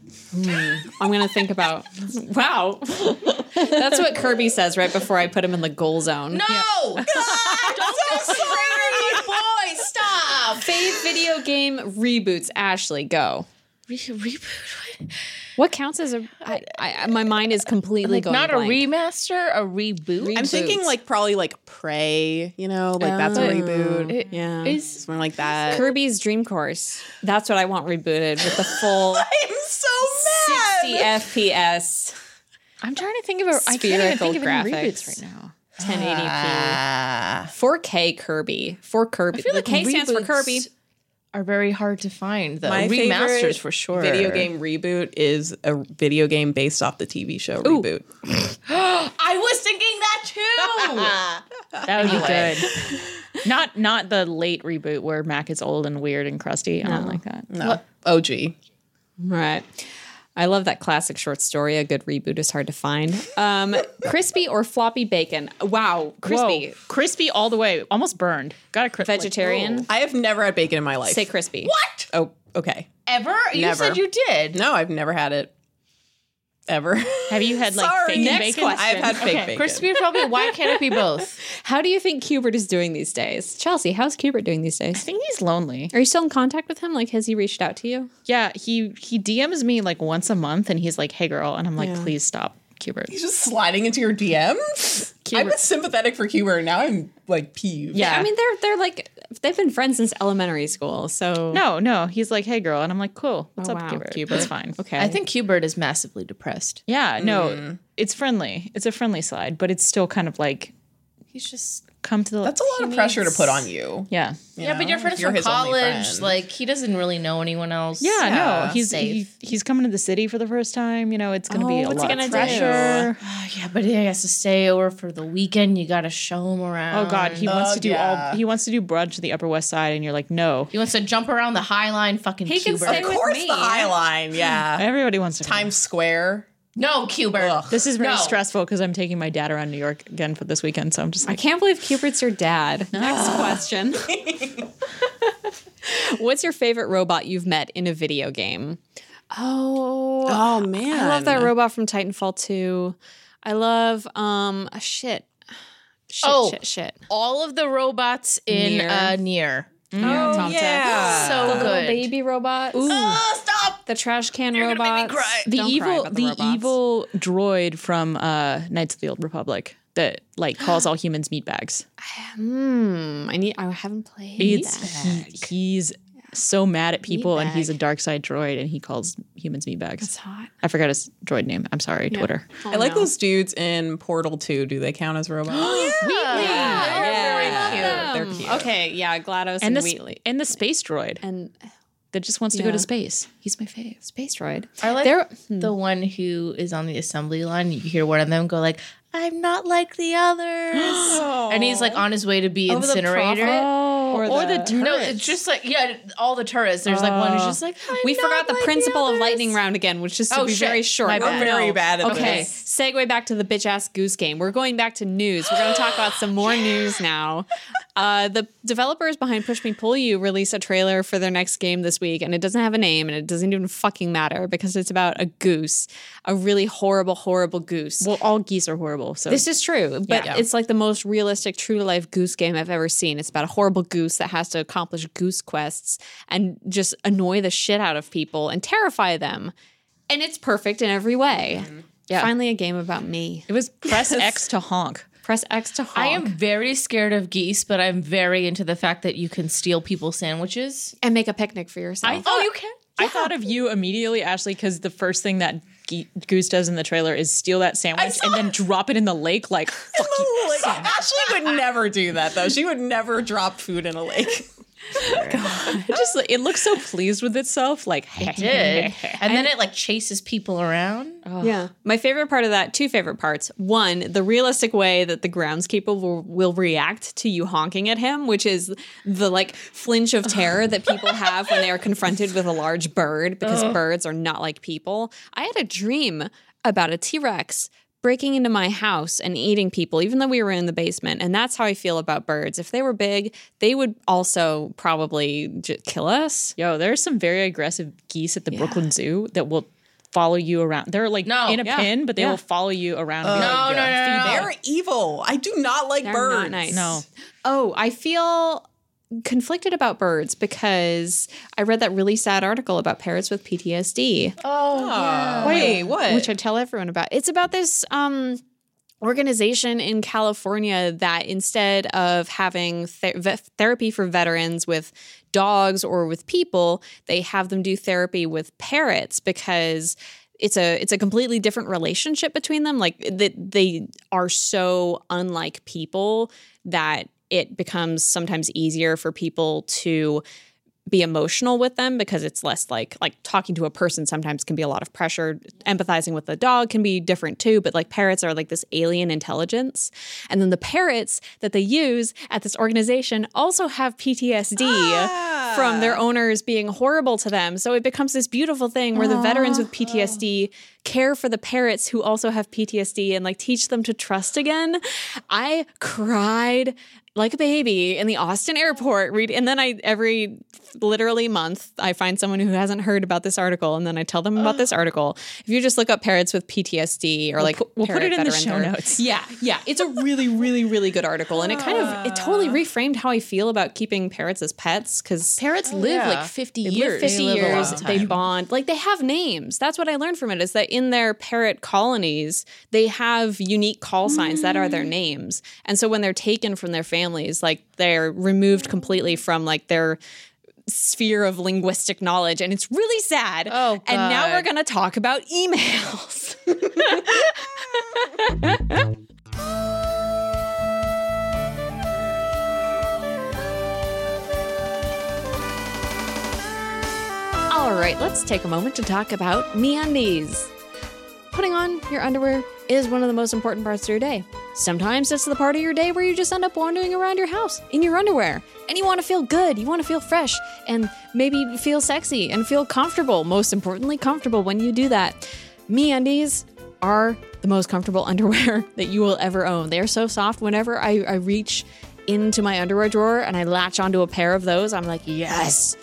S1: I'm going to think about. Wow. That's what Kirby says right before I put him in the goal zone.
S4: No, don't so boy. Stop.
S1: Fave video game reboots. Ashley, go.
S4: Re- reboot.
S1: What counts as a? I, I, my mind is completely going.
S4: Not
S1: blank.
S4: a remaster, a reboot.
S2: I'm thinking like probably like Prey, you know, like that's a
S4: Oh.
S2: reboot.
S4: It-
S2: yeah.
S4: it's-
S2: Something like that.
S1: Kirby's Dream Course. That's what I want rebooted with the full
S2: I'm so
S1: 60 FPS
S3: I'm trying to think of a I can't even
S1: Spherical
S3: think of any
S1: graphics.
S3: reboots right now.
S1: 1080p 4K Kirby. For Kirby. the K stands for Kirby.
S4: reboots Are very hard to find though.
S2: My favorite
S4: Remasters for sure.
S2: Video game reboot is a video game based off the TV show reboot.
S4: I was thinking that too.
S3: That would be good. not not the late reboot where Mac is old and weird and crusty. I don't like that.
S2: No. OG.
S1: Right. I love that classic short story. A good reboot is hard to find. Um, crispy or floppy bacon? Wow, crispy.
S3: Whoa. crispy all the way. Almost burned. Got a cri- like,
S1: Vegetarian.
S2: I have never had bacon in my life.
S1: Say crispy.
S4: what?
S2: Oh, okay.
S4: Ever? You
S2: Never.
S4: said you did.
S2: No, I've never had it. Ever.
S3: have you had like
S2: Sorry.
S3: fake bacon?
S1: Next question.
S2: I've had fake bacon.
S4: Crispy or probably why can't it be both?
S1: How do you think Cubert is doing these days? Chelsea, how's Cubert doing these
S3: I
S1: days?
S3: think he's lonely.
S1: Are you still in contact with him? Like, has he reached out to you?
S3: Yeah, he he DMs me like once a month and he's like, "Hey girl," and I'm like, "Please stop, Cubert."
S2: He's just sliding into your DMs. I was sympathetic for Cuber. Now I'm like peeved.
S3: Yeah.
S1: I mean, they're they're like they've been friends since elementary school. So
S3: No, no. He's like, "Hey girl," and I'm like, "Cool. What's
S1: Oh,
S3: up,
S1: wow,
S3: Cubert?
S1: Cubert.
S3: That's fine."
S1: okay. Mm.
S4: I think Hubert is massively depressed.
S3: Yeah, no. It's friendly. It's a friendly slide, but it's still kind of like
S4: He's just
S3: come to the
S2: That's a lot of pressure to put on you.
S3: Yeah.
S4: yeah, but your friends
S2: You're
S4: from
S2: his only
S4: college,
S2: friend.
S4: like he doesn't really know anyone else.
S3: Yeah,
S2: Yeah.
S3: no, he's
S4: Safe.
S3: he, he's coming to the city for the first time. You know, it's going to be
S1: Oh,
S3: a
S1: what's he
S3: lot of
S1: gonna do?
S3: pressure.
S4: Oh, yeah, but he has to stay over for the weekend. You got to show him around.
S3: Oh God, he wants to do all. He wants to do brunch to the Upper West Side, and you're like, no,
S4: He wants to jump around the High Line. Fucking
S1: He can
S4: Hubert.
S1: stay
S2: Of
S1: with
S2: course,
S1: me.
S2: the High Line. Yeah.
S3: everybody wants to.
S2: Times Square.
S4: no, Hubert.
S3: This is very
S4: No.
S3: stressful because I'm taking my dad around New York again for this weekend, so I'm just
S1: I
S3: like,
S1: can't believe Cubert's your dad. Ah. Next question. What's your favorite robot you've met in a video game? Oh,
S2: Oh man.
S1: I love that robot from Titanfall 2. I love um shit. Shit,
S4: Oh.
S1: shit, shit.
S4: all of the robots in
S1: Nier.
S4: uh near. Ah.
S1: Oh,
S2: Yeah.
S4: So
S1: The little
S4: good.
S1: baby robots.
S4: Oh, stop.
S1: The trash can robots.
S3: the
S1: Don't cry
S3: evil,
S1: about
S3: the,
S1: robots.
S3: evil droid from uh, Knights of the Old Republic that like calls all humans meat bags.
S1: Hmm. I need. I haven't played.
S3: It's he- he's so mad at people, and he's a
S1: Meatbag.
S3: dark side droid, and he calls humans meat bags.
S1: It's hot.
S3: I forgot his droid name. I'm sorry, Twitter.
S1: Oh,
S2: I like those dudes in Portal 2. Do they count as robots?
S1: Yeah,
S2: They're
S1: Um,
S2: cute.
S1: Okay, yeah, GLaDOS and,
S3: and the
S1: Wheatley.
S3: and the space droid.
S1: And
S3: that just wants to go
S1: Yeah.
S3: to space. He's my fave.
S1: Space droid.
S4: I like
S3: There-
S4: the one who is on the assembly line. You hear one of them go like, "I'm not like the others," and he's like on his way to be
S1: Over the
S4: incinerated.
S1: prophet?
S3: Or, the, turrets.
S4: no, it's just like yeah, all the tourists. There's like one who's just like, "I'm
S1: We
S4: not
S1: forgot the
S4: like
S1: principle of
S4: others."
S1: lightning round again, which is to
S4: Oh,
S1: be
S4: shit.
S1: very short.
S4: My
S1: We're
S4: bad.
S1: very-
S2: Very bad at
S1: Okay,
S2: this.
S1: segue back to the bitch ass goose game. We're going back to news. We're going to talk about some more news now. Uh, the developers behind Push Me Pull You release a trailer for their next game this week, and it doesn't have a name, and it doesn't even fucking matter because it's about a goose, a really horrible, horrible goose.
S3: well, all geese are horrible. So
S1: This is true, but
S4: Yeah.
S1: it's like the most realistic, true to life goose game I've ever seen. It's about a horrible goose that has to accomplish goose quests and just annoy the shit out of people and terrify them. And it's perfect in every way.
S3: Yeah.
S1: Finally, a game about me.
S3: it was press X to honk.
S1: Press X to honk.
S4: I am very scared of geese, but I'm very into the fact that you can steal people's sandwiches.
S1: and make a picnic for yourself.
S4: Oh, you can.
S3: I thought of you immediately, Ashley, because the first thing that ge- Goose does in the trailer is steal that sandwich and then drop it in the lake. Like, fuck you.
S2: Like, Ashley would never do that though. She would never drop food in a lake.
S3: It just it looks so pleased with itself. Like,
S4: did. And then it like chases people around.
S1: Yeah. My favorite part of that, two favorite parts. One, the realistic way that the groundskeeper will, will react to you honking at him, which is the like flinch of terror that people have when they are confronted with a large bird because birds are not like people. I had a dream about a T Rex breaking into my house and eating people, even though we were in the basement. And that's how I feel about birds. If they were big, they would also probably j- kill us.
S3: Yo, there are some very aggressive geese at the Brooklyn Zoo that will follow you around. They're like
S4: No.
S3: in a
S4: Yeah.
S3: pin, but they
S1: Yeah.
S3: will follow you around. and be
S4: No,
S3: like,
S4: no, no, no, no.
S2: They're evil. I do not like
S1: They're
S2: birds.
S1: not nice.
S3: No.
S1: Oh, I feel conflicted about birds because I read that really sad article about parrots with PTSD,
S4: Oh,
S2: Aw, Wait, what?
S1: which I tell everyone about. It's about this um organization in California that instead of having ther- ve- therapy for veterans with dogs or with people, they have them do therapy with parrots because it's a it's a completely different relationship between them. Like that they are so unlike people that it becomes sometimes easier for people to be emotional with them because it's less like like talking to a person sometimes can be a lot of pressure empathizing with a dog can be different too but like parrots are like this alien intelligence and then the parrots that they use at this organization also have PTSD from their owners being horrible to them so it becomes this beautiful thing where the veterans with PTSD care for the parrots who also have PTSD and like teach them to trust again i cried like a baby in the Austin airport read and then I every literally month I find someone who hasn't heard about this article and then I tell them about this article. If you just look up parrots with PTSD or like
S3: pu- we'll put
S1: parrot
S3: it in the
S1: veterans
S3: show
S1: or-
S3: notes.
S1: Yeah, yeah, it's a really really really good article and it kind of it
S3: Ah.
S1: totally reframed how I feel about keeping parrots as pets cuz
S3: Parrots live
S4: yeah.
S3: like 50
S1: they
S3: years.
S1: live 50
S4: live a
S1: years
S4: long
S1: they
S4: time.
S1: bond like they have names that's what i learned from it is that in their parrot colonies they have unique call signs that are their
S4: Mm.
S1: names and so when they're taken from their families like they're removed completely from like their sphere of linguistic knowledge and it's really sad
S4: Oh,
S1: and now
S4: God.
S1: we're going to talk about emails All right, let's take a moment to talk about MeUndies. Putting on your underwear is one of the most important parts of your day. Sometimes it's the part of your day where you just end up wandering around your house in your underwear. And you want to feel good, you want to feel fresh, and maybe feel sexy and feel comfortable. Most importantly, comfortable when you do that. MeUndies are the most comfortable underwear that you will ever own. They are so soft. Whenever I, I reach into my underwear drawer and I latch onto a pair of those, I'm like, yes,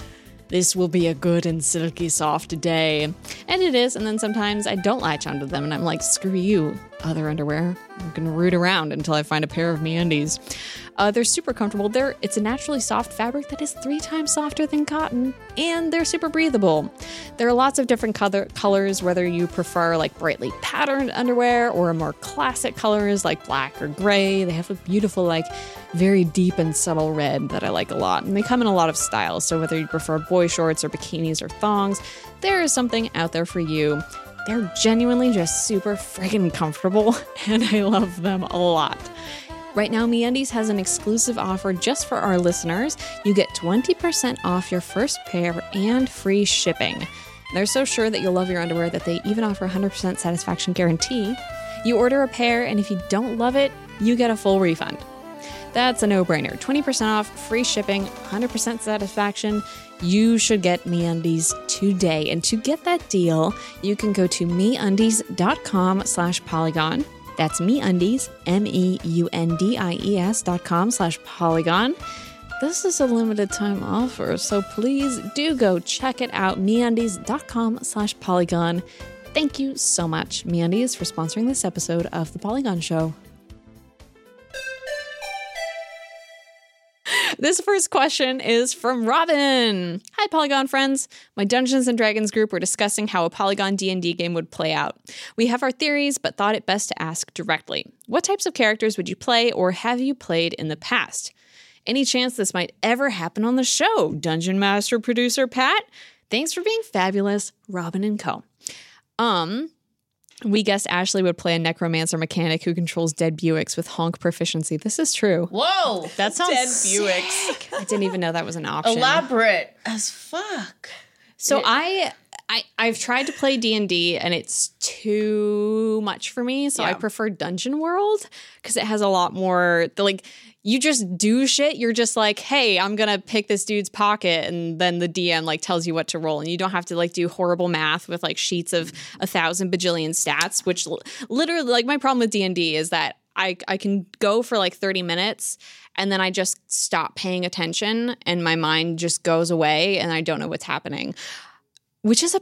S1: this will be a good and silky soft day. And it is, and then sometimes I don't latch onto them and I'm like, screw you, other underwear. I'm gonna root around until I find a pair of meandies. Uh, they're super comfortable. They're it's a naturally soft fabric that is three times softer than cotton, and they're super breathable. There are lots of different color, colors, whether you prefer like brightly patterned underwear or more classic colors like black or gray. They have a beautiful, like very deep and subtle red that I like a lot. And they come in a lot of styles. So whether you prefer boy shorts or bikinis or thongs, there is something out there for you. They're genuinely just super friggin' comfortable, and I love them a lot. Right now, MeUndies has an exclusive offer just for our listeners. You get 20% off your first pair and free shipping. They're so sure that you'll love your underwear that they even offer 100% satisfaction guarantee. You order a pair, and if you don't love it, you get a full refund. That's a no brainer. 20% off, free shipping, 100% satisfaction. You should get MeUndies today. And to get that deal, you can go to MeUndies.com slash Polygon. That's MeUndies, E M-E-U-N-D-I-E-S E dot com slash Polygon. This is a limited time offer, so please do go check it out. MeUndies.com slash Polygon. Thank you so much, MeUndies, for sponsoring this episode of The Polygon Show. This first question is from Robin. Hi Polygon friends. My Dungeons and Dragons group were discussing how a Polygon D&D game would play out. We have our theories but thought it best to ask directly. What types of characters would you play or have you played in the past? Any chance this might ever happen on the show? Dungeon Master producer Pat, thanks for being fabulous, Robin and Co. Um we guessed Ashley would play a necromancer mechanic who controls dead Buicks with honk proficiency. This is true.
S4: Whoa,
S3: That sounds
S2: Dead Buicks.
S1: I didn't even know that was an option.
S4: elaborate as fuck.
S1: So I, I I've tried to play D and D and it's too much for me. So I prefer Dungeon World because it has a lot more the, like you just do shit. You're just like, hey, I'm gonna pick this dude's pocket, and then the DM like tells you what to roll, and you don't have to like do horrible math with like sheets of a thousand bajillion stats. Which l- literally, like my problem with D and D is that. I, I can go for like 30 minutes and then I just stop paying attention and my mind just goes away and I don't know what's happening which is a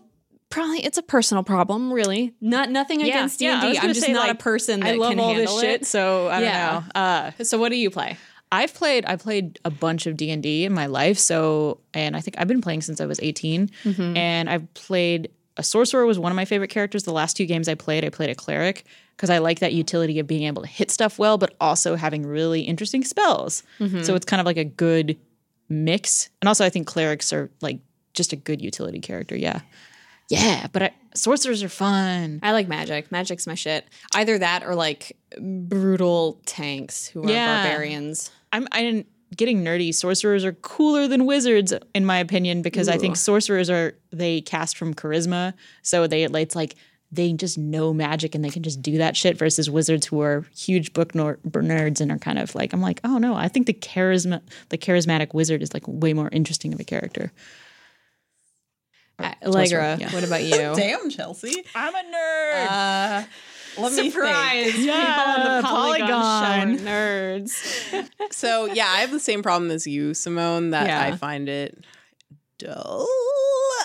S1: probably it's a personal problem really not nothing against D&D
S3: yeah, I was
S1: I'm
S3: gonna
S1: just
S3: say,
S1: not
S3: like,
S1: a person that
S3: I love
S1: can
S3: all this
S1: handle
S3: shit,
S1: it
S3: so I don't
S1: Yeah.
S3: know. Uh,
S1: so what do you play
S3: I've played I played a bunch of D and D in my life, so and I think I've been playing since I was 18 and I've played a sorcerer was one of my favorite characters. The last two games I played, I played a cleric because I like that utility of being able to hit stuff well, but also having really interesting spells. So it's kind of like a good mix, and also I think clerics are like just a good utility character. Yeah, yeah, but I, sorcerers are fun.
S1: I like magic magic's my shit either that or like brutal tanks who are
S3: Yeah.
S1: barbarians
S3: I'm I didn't getting nerdy. Sorcerers are cooler than wizards, in my opinion, because I think sorcerers are they cast from charisma, so they it's like they just know magic and they can just do that shit versus wizards who are huge book nor- nerds and are kind of like I'm like oh no I think the charisma the charismatic wizard is like way more interesting of a character.
S1: Uh, Allegra
S3: yeah.
S1: what about you
S2: Damn, Chelsea.
S3: I'm a nerd.
S2: Uh, let me think.
S3: yeah,
S1: Polygon
S3: Polygon.
S1: show nerds
S2: So yeah, I have the same problem as you, Simone. That
S1: Yeah.
S2: I find it dull.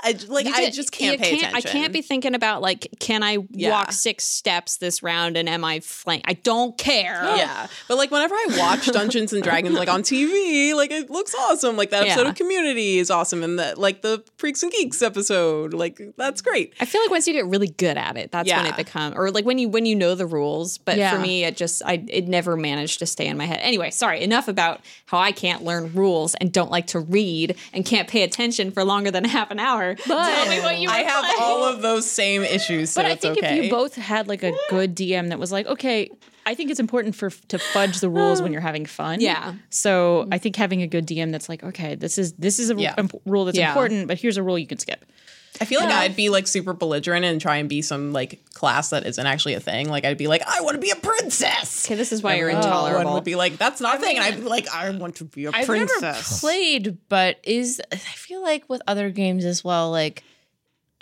S2: I j- like
S1: You
S2: I
S1: can't-
S2: just
S1: you
S2: can't pay
S1: can't-
S2: attention.
S1: I can't be thinking about like can I
S2: Yeah.
S1: walk six steps this round and am I flank I don't care
S2: Yeah, but like whenever I watch Dungeons and Dragons like on TV, like it looks awesome. Like that episode
S1: Yeah.
S2: of Community is awesome, and the like the Freaks and Geeks episode, like that's great.
S1: I feel like once you get really good at it, that's when
S2: Yeah.
S1: it becomes, or like when you when you know the rules. But
S3: Yeah.
S1: for me, it just I it never managed to stay in my head. Anyway, sorry. Enough about how I can't learn rules and don't like to read and can't pay attention for longer than half an hour. But tell me what you.
S2: I have all of those same issues, so
S3: but I
S2: it's
S3: think
S2: okay.
S3: if you both had like a good DM that was like, okay, I think it's important for to fudge the rules when you're having fun.
S1: Yeah.
S3: So I think having a good DM that's like, okay, this is this is a
S2: Yeah.
S3: imp- rule that's
S1: Yeah.
S3: important, but here's a rule you can skip.
S2: I feel like I'd be like super belligerent and try and be some like class that isn't actually a thing. Like I'd be like, I want to be a princess.
S1: Okay, this is why you're
S4: Oh,
S2: Oh, One
S1: intolerable.
S2: would be like, that's not a thing, and I'd be like, I want to be a
S4: I've
S2: princess.
S4: never played, but is I feel like with other games as well, like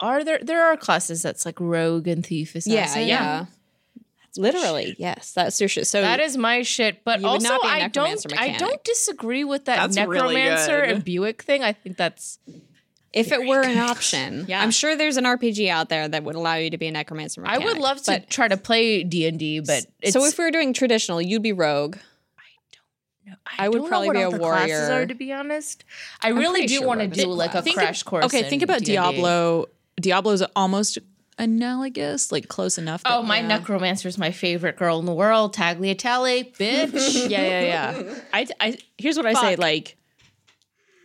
S4: are there there are classes that's like rogue and thief
S1: yeah,
S4: assassin.
S1: yeah. Literally, yes, that's your shit. So
S4: That is my shit, but
S1: You would
S4: also
S1: not be a
S4: I don't
S1: necromancer
S4: I
S1: mechanic.
S4: don't disagree with that
S2: That's really
S4: necromancer
S2: good.
S4: and Buick thing. I think that's
S1: if it were an option,
S3: Yeah.
S1: I'm sure there's an RPG out there that would allow you to be a necromancer.
S4: I
S1: Mechanic,
S4: would love to
S1: but-
S4: try to play D and D, but it's,
S1: so if we were doing traditional, you'd be rogue. I would
S4: don't know
S1: probably
S4: what
S1: be
S4: all
S1: a
S4: the classes
S1: warrior.
S4: Are, to be honest, I really
S1: pretty
S4: do
S1: sure
S4: want to
S1: we're
S4: do
S1: a
S4: like a
S1: class.
S4: crash course.
S3: okay,
S4: in
S3: think about
S4: D&D.
S3: Diablo. Diablo's almost analogous, like close enough.
S4: Oh, my necromancer is my favorite girl in the world, Tagliatelle, bitch.
S3: yeah, yeah, yeah. I, I here's what I say. Like,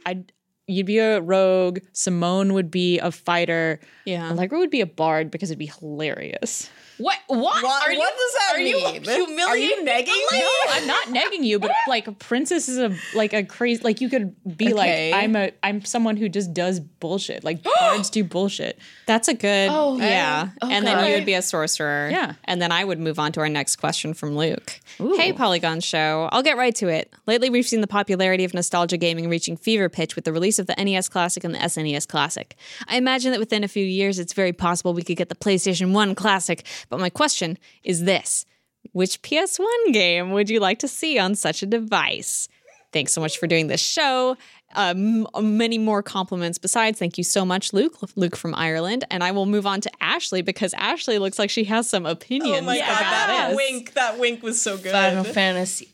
S3: I you'd be a rogue. Simone would be a fighter.
S1: Yeah.
S3: Allegra would be a bard because it'd be hilarious.
S4: What? What?
S2: What-
S4: are you,
S2: what does that
S4: are
S2: mean?
S4: You humiliating
S2: Are you negging me?
S4: me?
S3: I'm not negging you, but like a princess is a like a crazy like you could be
S2: Okay.
S3: like I'm a I'm someone who just does bullshit. Like bards do bullshit.
S1: That's a good.
S4: Oh,
S1: yeah.
S4: oh,
S1: and then
S4: God.
S1: you would be a sorcerer.
S3: Yeah.
S1: And then I would move on to our next question from Luke. Hey, Polygon Show. I'll get right to it. Lately, we've seen the popularity of nostalgia gaming reaching fever pitch with the release of the NES Classic and the SNES Classic. I imagine that within a few years, it's very possible we could get the PlayStation 1 Classic. But my question is this Which PS1 game would you like to see on such a device? Thanks so much for doing this show. Uh, m- many more compliments besides. Thank you so much, Luke. Luke from Ireland. And I will move on to Ashley because Ashley looks like she has some opinions.
S2: Oh my god,
S1: about
S2: that
S1: this.
S2: wink, that wink was so good.
S4: Final Fantasy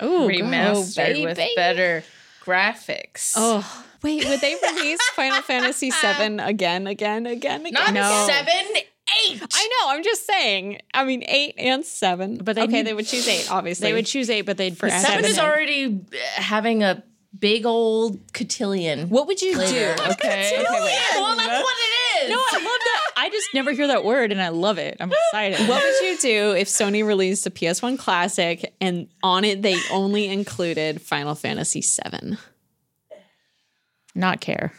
S4: VIII remastered
S1: go,
S4: with
S1: baby.
S4: better graphics.
S1: Oh, wait, would they release Final Fantasy VII again, again, again, again?
S4: not
S1: again?
S4: seven, eight.
S1: I know. I'm just saying. I mean, eight and seven. But
S3: they'd
S1: okay,
S3: need-
S1: they would choose eight. Obviously,
S3: They would choose eight, but they'd put
S4: seven
S3: seven.
S4: is
S3: in.
S4: already uh, having a big old cotillion.
S1: What would you
S4: later,
S1: do?
S4: Okay. okay wait. Well, that's what it is.
S3: No, I love that. I just never hear that word, and I love it. I'm excited.
S1: What would you do if Sony released a PS1 classic and on it they only included Final Fantasy VII?
S3: not care?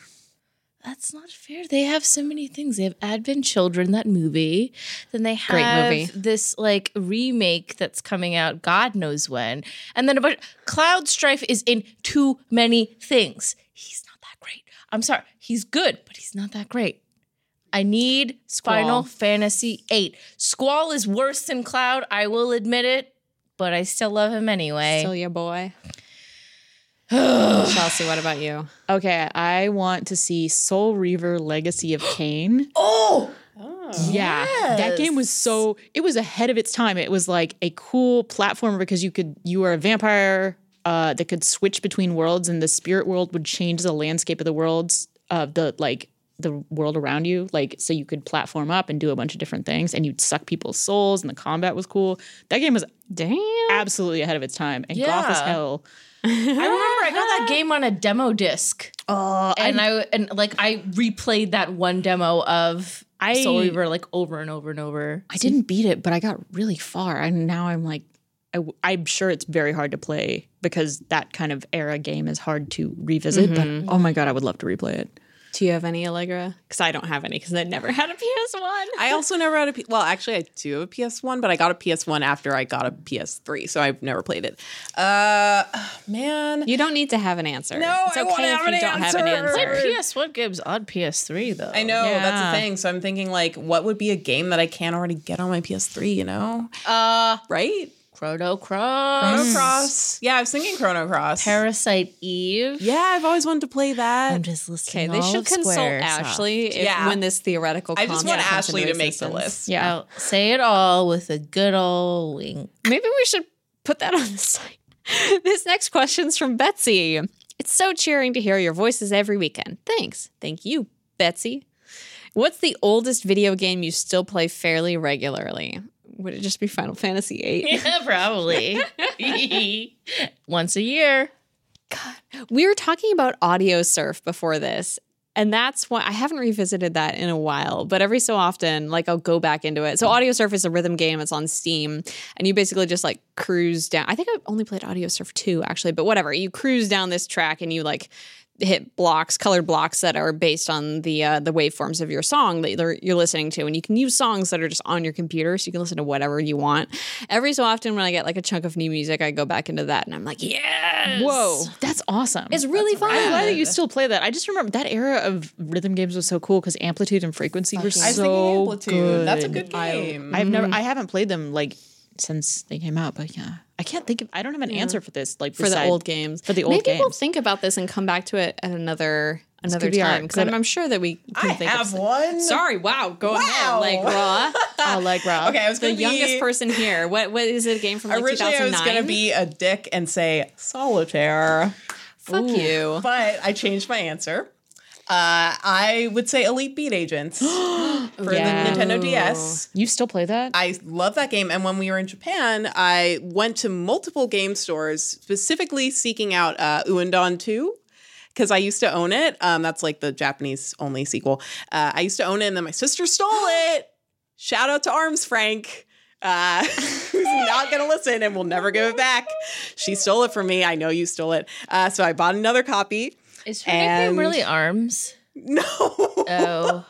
S4: That's not fair. They have so many things. They have Advent Children, that movie. Then they
S1: Great
S4: have
S1: movie.
S4: this like remake that's coming out, God knows when. And then a bunch. Cloud Strife is in too many things. He's not that great. I'm sorry. He's good, but he's not that great. I need Final Fantasy VIII. Squall is worse than Cloud. I will admit it, but I still love him anyway.
S1: Still your boy. Chelsea, what about you?
S3: Okay, I want to see Soul Reaver: Legacy of Kain.
S4: oh,
S3: Yeah. That game was so it was ahead of its time. It was like a cool platformer because you could you were a vampire uh, that could switch between worlds and the spirit world would change the landscape of the worlds of the like the world around you. Like so you could platform up and do a bunch of different things and you'd suck people's souls and the combat was cool. That game was
S1: Damn.
S3: absolutely ahead of its time and goth as
S4: Yeah.
S3: hell.
S4: I remember I got that game on a demo disc. Oh, and I and like I replayed that one demo of
S3: I-
S4: Soul Reaver like over and over and over.
S3: I didn't beat it, but I got really far. And now I'm like, I, am sure it's very hard to play because that kind of era game is hard to revisit.
S2: Mm-hmm.
S3: But oh my God, I would love to replay it.
S1: Do you have any Allegra? Because I don't have any because I never had a PS1.
S2: I also never had a P- well, actually, I do have a PS1, but I got a PS1 after I got a PS3, so I've never played it. Uh, man,
S1: You don't need to have an answer.
S2: No,
S1: it's
S2: I
S1: okay
S2: wanna
S1: if
S2: have
S1: you
S2: an
S1: don't have an
S2: answer.
S1: answer.
S4: PS1 games on PS3 though.
S2: I know that's
S3: Yeah.
S2: the thing. So I'm thinking like, what would be a game that I can't already get on my PS3? You know,
S4: Uh,
S2: right? Mm.
S4: Chrono Cross,
S2: Chrono Cross. Yeah, I was thinking Chrono Cross.
S4: Parasite Eve.
S2: yeah, I've always wanted to play
S4: I'm
S2: that.
S4: just listening.
S1: Okay, they should consult Ashley if,
S2: Yeah.
S1: when this theoretical.
S2: I just
S1: concept
S2: want
S1: comes
S2: Ashley
S1: into
S2: to make the
S1: existence.
S2: list.
S3: Yeah.
S4: I'll say it all with a good old wink.
S1: Maybe we should put that on the site. this next question's from Betsy. It's so cheering to hear your voices every weekend. Thanks. Thank you, Betsy. What's the oldest video game you still play fairly regularly? Would it just be Final Fantasy VIII?
S4: Yeah, probably. Once a year.
S1: we were talking about audio surf before this and that's why i haven't revisited that in a while but every so often like i'll go back into it so audio surf is a rhythm game it's on steam and you basically just like cruise down i think i've only played audio surf 2 actually but whatever you cruise down this track and you like hit blocks colored blocks that are based on the uh, the waveforms of your song that you're, you're listening to and you can use songs that are just on your computer so you can listen to whatever you want every so often when i get like a chunk of new music i go back into that and i'm like yes
S3: Whoa, that's awesome.
S1: it's really fun
S3: I'm glad that you still play that. I just remember that era of rhythm games was so cool because amplitude and frequency were
S2: I was
S3: so
S2: thinking Amplitude.
S3: good.
S2: That's a good game.
S3: I've never, I haven't played them like since they came out, but yeah, I can't think of. I don't have an answer for this. Like
S1: for the
S3: beside-
S1: old games.
S3: for the old
S1: Maybe we'll
S3: games.
S1: think about this and come back to it at another another
S3: be our
S1: time because
S3: good-
S1: I'm, I'm sure that we can
S2: I
S1: think
S2: have
S1: of.
S2: one.
S1: Sorry, wow, going wow.
S2: Wow.
S1: like raw.
S3: I like Rob.
S2: Okay, I was
S1: the
S2: gonna be,
S1: youngest person here. What what is it? A game from like
S2: Originally, I was
S1: 2009?
S2: gonna be a dick and say solitaire,
S1: Fuck you.
S2: but I changed my answer. Uh, I would say Elite Beat Agents for
S3: Yeah.
S2: the Nintendo DS.
S3: You still play that?
S2: I love that game. And when we were in Japan, I went to multiple game stores specifically seeking out uh, Uendon 2 because I used to own it. Um, that's like the Japanese only sequel. Uh, I used to own it and then my sister stole it. Shout out to Arms Frank, uh, who's not going to listen and will never give it back. She stole it from me. I know you stole it. Uh, so I bought another copy.
S4: Is her nickname
S2: And-
S4: really Arms?
S2: No,
S4: Oh,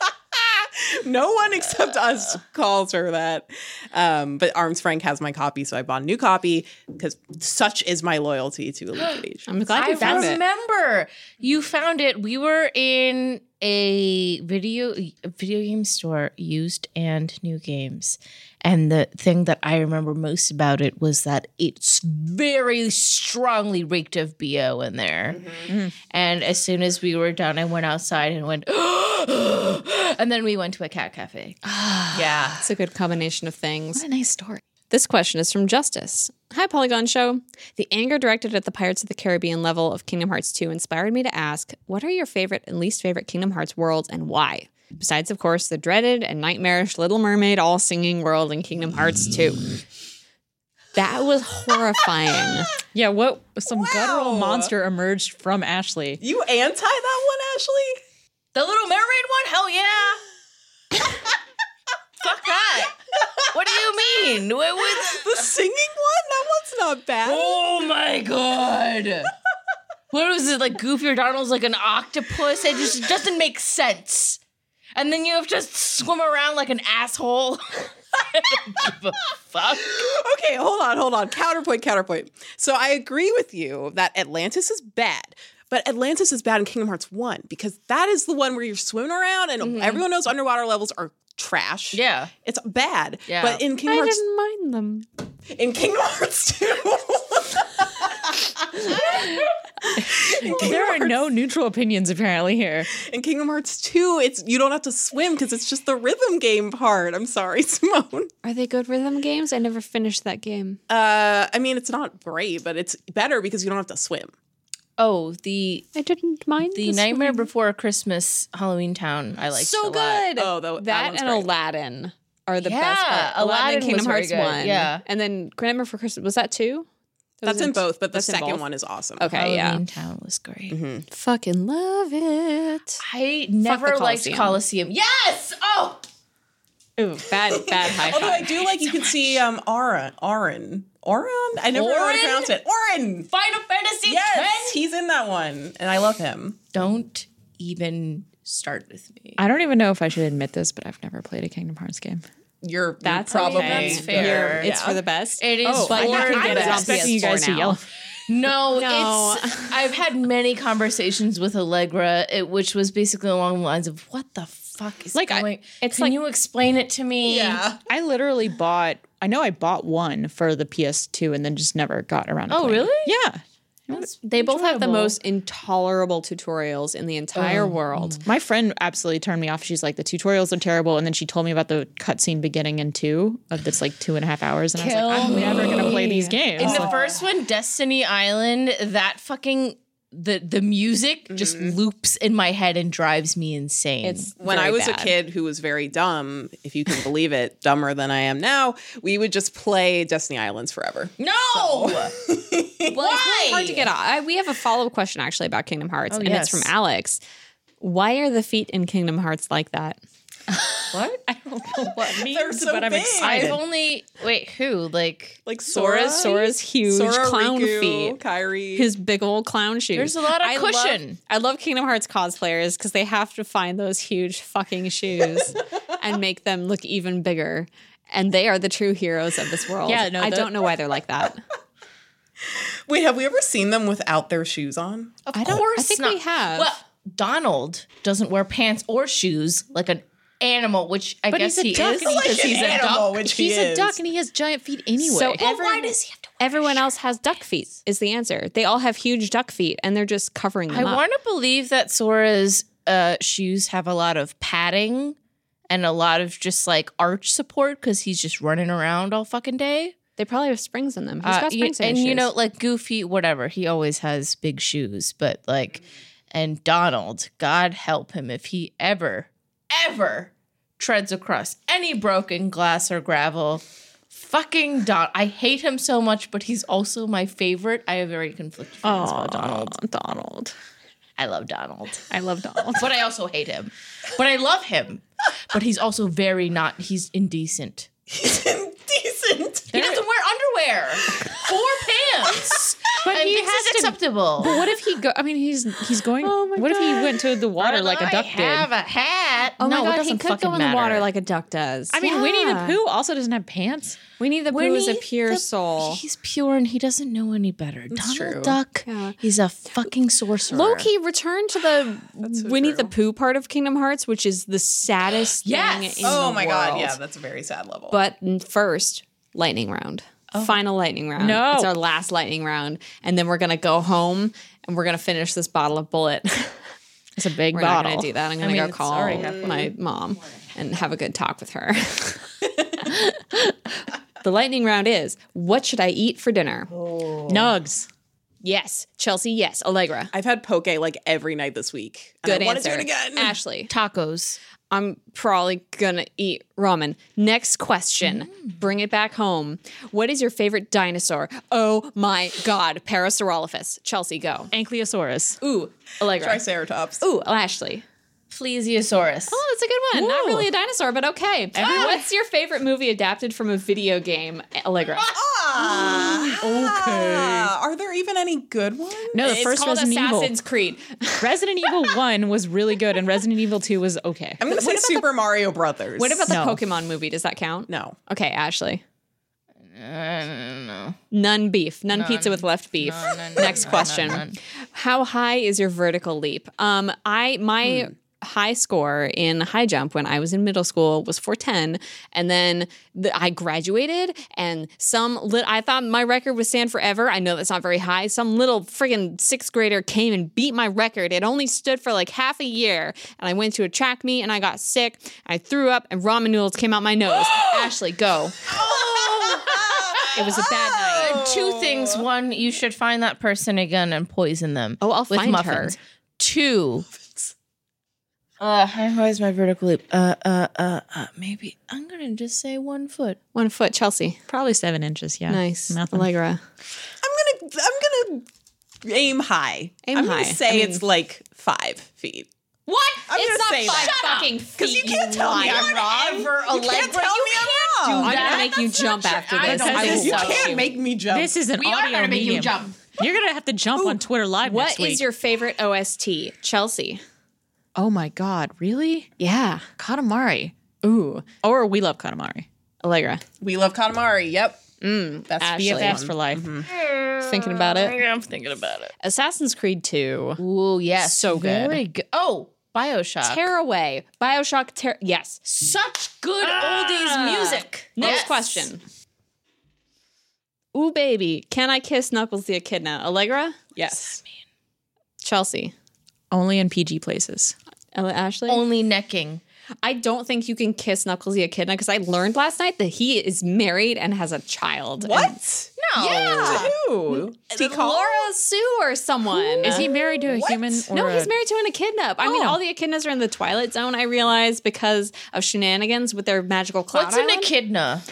S2: no one except us calls her that. Um, but Arms Frank has my copy, so I bought a new copy because such is my loyalty to Elite Page.
S1: I'm glad
S4: I
S1: you found it.
S4: remember you found it. We were in a video a video game store, used and new games, and the thing that I remember most about it was that it's very strongly reeked of bo in there.
S1: Mm-hmm.
S4: And as soon as we were done, I went outside and went, and then we went to a cat cafe.
S2: Yeah.
S1: It's a good combination of things.
S4: What a nice story.
S1: This question is from Justice. Hi, Polygon Show. The anger directed at the Pirates of the Caribbean level of Kingdom Hearts 2 inspired me to ask what are your favorite and least favorite Kingdom Hearts worlds and why? Besides, of course, the dreaded and nightmarish Little Mermaid all singing world in Kingdom Hearts 2. That was horrifying.
S3: Yeah, what some guttural
S2: Wow.
S3: monster emerged from Ashley.
S2: You anti that one, Ashley?
S4: The Little Mermaid one? Hell yeah. Fuck that. What do you mean? What was-
S2: The singing one? That one's not bad.
S4: oh my god. What was it like Goofy or Donald's like an octopus? It just doesn't make sense. And then you have to swim around like an asshole. I don't give a fuck.
S2: Okay, hold on, hold on. Counterpoint, counterpoint. So I agree with you that Atlantis is bad. But Atlantis is bad in Kingdom Hearts 1 because that is the one where you're swimming around and
S1: Mm-hmm.
S2: everyone knows underwater levels are trash.
S4: Yeah.
S2: It's bad.
S4: Yeah.
S2: But in Kingdom
S1: I
S2: Hearts
S1: didn't mind them.
S2: in Kingdom Hearts 2 in, Kingdom,
S3: There are no neutral opinions apparently here.
S2: in Kingdom Hearts 2, it's you don't have to swim because it's just the rhythm game part. I'm sorry, Simone.
S1: Are they good rhythm games? I never finished that game.
S2: Uh, I mean, it's not great, but it's better because you don't have to swim.
S4: Oh, the
S1: I didn't mind
S4: the Nightmare Before Christmas Halloween Town. I like
S1: so good.
S2: Oh, tho- that
S1: that
S2: one's
S1: and
S2: great.
S1: Aladdin are the best.
S4: Yeah,
S1: Part. Aladdin,
S4: Aladdin
S1: and Kingdom
S4: was very
S1: Hearts
S4: good,
S1: one.
S4: yeah.
S1: and then Grammar for Christmas was that two? That
S2: That's
S1: was
S2: in both, but the
S1: that's in
S2: second
S1: both.
S2: one is awesome.
S1: Okay,
S4: Halloween
S1: yeah.
S4: Town was great.
S1: Fucking love it.
S4: I never liked
S1: Colosseum.
S4: Coliseum. Yes. Oh,
S1: Ooh, bad, bad high
S2: Although I
S1: five.
S2: do like you can see um Aran Aran Aran. I never know how to
S4: Orin?
S2: pronounce it. Orin.
S4: Final Fantasy
S2: Yes, he's in that one, and I love him.
S4: Don't even start with me.
S3: I don't even know if I should admit this, but I've never played a Kingdom Hearts game.
S2: You're
S1: That's
S2: you're probably
S1: okay.
S4: That's fair.
S1: It's for the best.
S4: It is
S3: Oh,
S1: but you
S4: for
S1: can
S4: the
S1: get it on
S4: best.
S1: PS4
S3: expecting you guys
S1: now.
S3: to yell.
S4: No,
S1: No.
S4: it's I've had many conversations with Allegra, it, which was basically along the lines of what the fuck is
S1: Like, I-
S4: going.
S1: it's
S4: Can
S1: like-
S4: you explain it to me?
S2: Yeah.
S3: I literally bought. I know I bought one for the PS2 and then just never got around. To
S4: Oh,
S3: playing it.
S4: really?
S3: Yeah.
S1: They both have the most intolerable tutorials in the entire world.
S3: My friend absolutely turned me off. She's like, the tutorials are terrible, and then she told me about the cutscene beginning in two of that's like two and a half hours, and I was like, I'm
S4: Kill
S3: never gonna play these games.
S4: In the first one, Destiny Island, that fucking the the music just loops in my head and drives me insane.
S1: Mm-hmm. It's
S2: when
S1: very
S2: I was
S1: bad.
S2: a kid who was very dumb, if you can believe it, dumber than I am now, we would just play Destiny Islands forever.
S4: no.
S1: Well, it's
S4: Why?
S1: really hard to get off. I, we have a follow up question actually about Kingdom Hearts, and
S4: yes.
S1: it's from Alex. Why are the feet in Kingdom Hearts like that?
S4: What?
S3: I don't know what it means,
S2: so
S3: but I'm
S2: big.
S4: I've
S3: excited.
S4: only wait who like
S2: Like Sora,
S1: Sora's huge
S2: Sora,
S1: clown
S2: Riku,
S1: feet.
S2: Kyrie.
S1: his big old clown shoes.
S4: There's a lot of
S1: I Love,
S4: cushion.
S1: I love Kingdom Hearts cosplayers because they have to find those huge fucking shoes and make them look even bigger. And they are the true heroes of this world.
S3: Yeah, no,
S1: I
S3: the-
S1: don't know why they're like that.
S2: Wait, have we ever seen them without their shoes on?
S4: Of
S1: I don't- I
S4: course
S1: think
S4: not.
S1: we have.
S4: Well, Donald doesn't wear pants or shoes like an animal, which I guess
S3: he's a
S4: he
S3: duck
S4: is
S3: and he's
S4: because
S2: an
S4: he's a
S2: animal,
S4: duck.
S2: which he
S3: He's a
S2: is.
S3: duck and he has giant feet anyway.
S1: So
S4: Well,
S1: everyone,
S4: why does he have to wear
S1: everyone else has duck feet. Is the answer? They all have huge duck feet, and they're just covering them
S4: I
S1: up.
S4: want to believe that Sora's uh, shoes have a lot of padding and a lot of just like arch support because he's just running around all fucking day.
S1: they probably have springs in them. Who's
S4: Uh,
S1: got
S4: you-
S1: springs in
S4: and
S1: his
S4: you
S1: shoes?
S4: know, like Goofy, whatever, he always has big shoes, but like, and Donald, God help him if he ever, ever treads across any broken glass or gravel. Fucking Don, I hate him so much, but he's also my favorite. I have very conflicted feelings
S3: Aw,
S4: about Donald.
S3: Donald.
S4: I love Donald,
S3: I love Donald.
S4: but I also hate him. But I love him but he's also very not. He's indecent.
S2: Decent.
S4: He doesn't wear underwear or pants.
S3: But
S4: and
S3: he
S4: thinks
S3: has
S4: it's
S3: to-
S4: acceptable.
S3: But what if he go? I mean, he's he's going. what if he went to the water like a duck
S4: I
S3: did?
S4: have a hat.
S1: Oh
S4: no,
S1: my
S4: it
S1: god, he
S4: doesn't
S1: could
S4: fucking
S1: go in
S4: matter.
S1: the water like a duck does.
S3: I mean, Winnie the
S1: Yeah.
S3: Pooh also doesn't have pants.
S1: Winnie the Pooh is a pure
S4: the-
S1: soul.
S4: He's pure and he doesn't know any better. Donald
S2: true.
S4: Duck,
S1: Yeah.
S4: he's a fucking sorcerer.
S1: Loki returned to the
S2: so
S1: Winnie
S2: true.
S1: the Pooh part of Kingdom Hearts, which is the saddest
S4: Yes!
S1: thing. In
S2: Oh
S1: the
S2: my
S1: world.
S2: god, yeah, that's a very sad level.
S1: But first, lightning round.
S2: Oh.
S1: Final lightning round.
S3: No.
S1: It's our last lightning round. And then we're going to go home and we're going to finish this bottle of bullet.
S3: It's a big
S1: we're not
S3: bottle.
S1: going to do that. I'm going
S3: mean,
S1: to go
S3: it's
S1: call
S3: already halfway.
S1: my mom and have a good talk with her. the lightning round is what should I eat for dinner?
S2: Oh.
S3: Nugs.
S1: Yes. Chelsea, yes. Allegra.
S2: I've had poke like every night this week. and
S1: Good answer.
S2: I want to do it again.
S1: Ashley,
S4: tacos.
S1: I'm probably gonna eat ramen. Next question. Bring it back home. What is your favorite dinosaur? Oh my god, Parasaurolophus. Chelsea, go.
S3: Ankylosaurus.
S1: Ooh, Allegra.
S2: Triceratops.
S1: Ooh, Ashley.
S4: Plesiosaurus.
S1: Oh, that's a good one. Not really a dinosaur, but okay. What's your favorite movie adapted from a video game, Allegra?
S2: Ah, okay. Are there even any good ones?
S3: No, the
S1: it's
S3: first
S1: called
S3: Resident
S1: Assassin's Creed.
S3: Evil. Resident Evil One was really good, and Resident Evil Two was okay.
S2: I'm gonna say Super Mario Brothers.
S1: What about the
S3: No.
S1: Pokemon movie? Does that count?
S2: no?
S1: Okay, Ashley. None beef, none, pizza with left beef. Next question. How high is your vertical leap? Um, I my high score in high jump when I was in middle school was 410, and then the, I graduated, and some lit. I thought my record would stand forever. I know that's not very high. Some little friggin' sixth grader came and beat my record. It only stood for like half a year, and I went to a track meet and I got sick. I threw up, and ramen noodles came out my nose. Ashley, go. It was a bad night.
S4: Two things. One, you should find that person again and poison them.
S1: Oh, I'll
S4: with
S1: find
S4: muffins.
S1: her.
S4: Two. Uh, how is my vertical leap? Uh, uh, uh, uh, maybe I'm gonna just say one foot.
S1: One foot, Chelsea.
S3: Probably seven inches. Yeah.
S1: Nice.
S3: Nothing.
S1: Allegra.
S2: I'm gonna I'm gonna aim high.
S1: Aim
S2: I'm
S1: high.
S2: gonna say
S1: I mean-
S2: it's like five feet.
S1: What?
S2: I'm
S1: it's
S2: gonna
S1: not
S2: say
S1: five
S2: that. Shut
S1: fucking feet.
S2: Because you can't tell me I'm wrong. you can't tell me I'm wrong.
S1: I'm
S4: that.
S1: gonna make you jump after
S4: I
S1: this.
S4: don't
S1: I
S4: think
S1: will
S4: so.
S2: You
S1: love
S2: can't
S1: you.
S2: make me jump.
S3: This is an
S4: We are
S3: audio
S4: gonna make you
S3: medium.
S4: jump.
S3: You're gonna have to jump on Twitter Live
S1: What
S3: next week.
S1: is your favorite OST, Chelsea?
S3: Oh my God! Really?
S1: Yeah.
S3: Katamari.
S1: Ooh,
S3: Or we love Katamari.
S1: Allegra.
S2: we love Katamari. Yep. That's
S1: Ashley.
S3: BFFs for life.
S1: Thinking about it.
S4: I'm thinking about it.
S1: Assassin's Creed Two.
S4: Ooh, yes,
S1: So good.
S4: Very good. Oh, Bioshock.
S1: Tearaway. Bioshock. Tear. Yes. Ah.
S4: Such good oldies music.
S1: Next
S4: Yes.
S1: question. Ooh, baby, can I kiss Knuckles the Echidna? Allegra.
S2: Yes.
S1: Chelsea.
S3: Only in PG places.
S1: Alle- Ashley.
S4: Only necking.
S1: I don't think you can kiss Knuckles the Echidna because I learned last night that he is married and has a child.
S2: What?
S4: No.
S1: Yeah.
S2: Who?
S1: And Laura Sue or someone.
S3: Is he married to a human? Or
S1: No,
S3: a-
S1: he's married to an echidna. I mean,
S3: Oh.
S1: all the echidnas are in the Twilight Zone. I realize because of shenanigans with their magical cloud
S4: What's an
S1: island.
S4: echidna?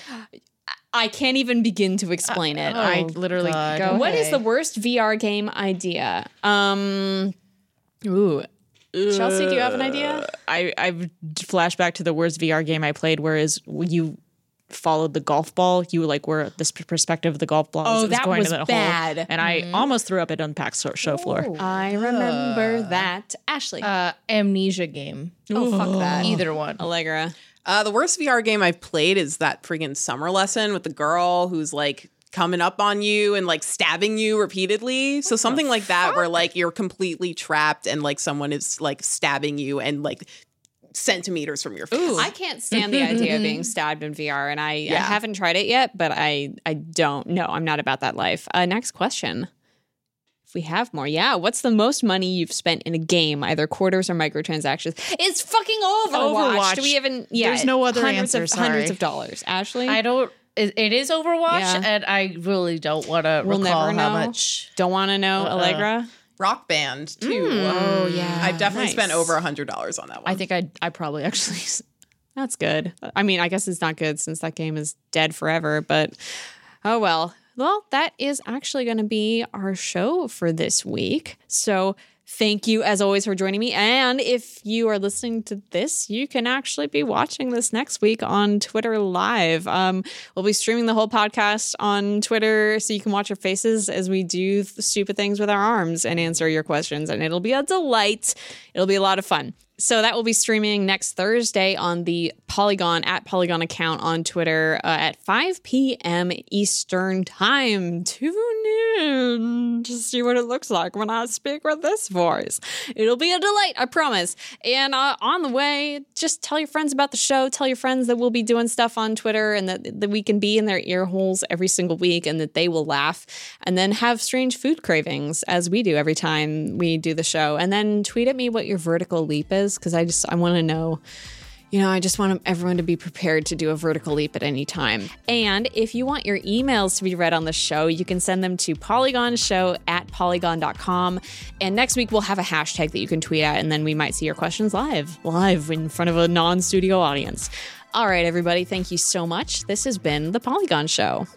S1: I can't even begin to explain it.
S3: I literally
S4: God.
S3: go.
S1: What is
S4: Uh, oh, Okay.
S1: the worst VR game idea? Um, ooh, Chelsea, do you have an idea?
S4: Uh,
S3: I I flash back to the worst VR game I played, whereas you followed the golf ball. You like were this perspective of the golf ball. as
S1: Oh,
S3: it was
S1: that
S3: going
S1: was
S3: to that
S1: bad.
S3: Hole, and I almost threw up it on Pack's show floor.
S1: I remember that Ashley.
S4: Uh, amnesia game.
S1: oh fuck that.
S4: Either one.
S1: Oh. Allegra.
S2: Uh, the worst VR game I've played is that friggin' summer lesson with the girl who's like coming up on you and like stabbing you repeatedly. So something like that where like you're completely trapped and like someone is like stabbing you and like centimeters from your face.
S1: I can't stand the idea of being stabbed in VR, and I, I haven't tried it yet, but I, I don't know. I'm not about that life. Uh, next question. If we have more, yeah. What's the most money you've spent in a game, either quarters or microtransactions? It's fucking Overwatch. Do
S3: Overwatch.
S1: we even? Yeah,
S3: There's no other
S1: hundreds
S3: answer,
S1: Of,
S3: sorry.
S1: Hundreds of dollars, Ashley.
S4: I don't. It, it is Overwatch,
S1: Yeah.
S4: and I really don't want to
S1: We'll
S4: recall
S1: never
S4: how
S1: know.
S4: much.
S1: don't want to know,
S3: Uh-uh.
S1: Allegra.
S2: Rock Band too. Um,
S1: Oh yeah,
S2: I've definitely
S1: Nice.
S2: spent over a hundred dollars on that one.
S3: I think I I probably actually
S1: That's good. I mean, I guess it's not good since that game is dead forever, but oh well. Well, that is actually going to be our show for this week. So Thank you, as always, for joining me. And if you are listening to this, you can actually be watching this next week on Twitter Live. Um, we'll be streaming the whole podcast on Twitter so you can watch our faces as we do th- stupid things with our arms and answer your questions. And it'll be a delight, it'll be a lot of fun. So that will be streaming next Thursday on the Polygon at Polygon account on Twitter uh, at 5 p.m. Eastern Time. Tune in to see what it looks like when I speak with this voice. It'll be a delight, I promise. And uh, on the way, just tell your friends about the show. Tell your friends that we'll be doing stuff on Twitter and that, that we can be in their ear holes every single week and that they will laugh and then have strange food cravings as we do every time we do the show. And then tweet at me what your vertical leap is because I just, I want to know. You know, I just want everyone to be prepared to do a vertical leap at any time. And if you want your emails to be read on the show, you can send them to polygonshow at polygon.com. And next week, we'll have a hashtag that you can tweet at, and then we might see your questions live, live in front of a non studio audience. All right, everybody, thank you so much. This has been The Polygon Show.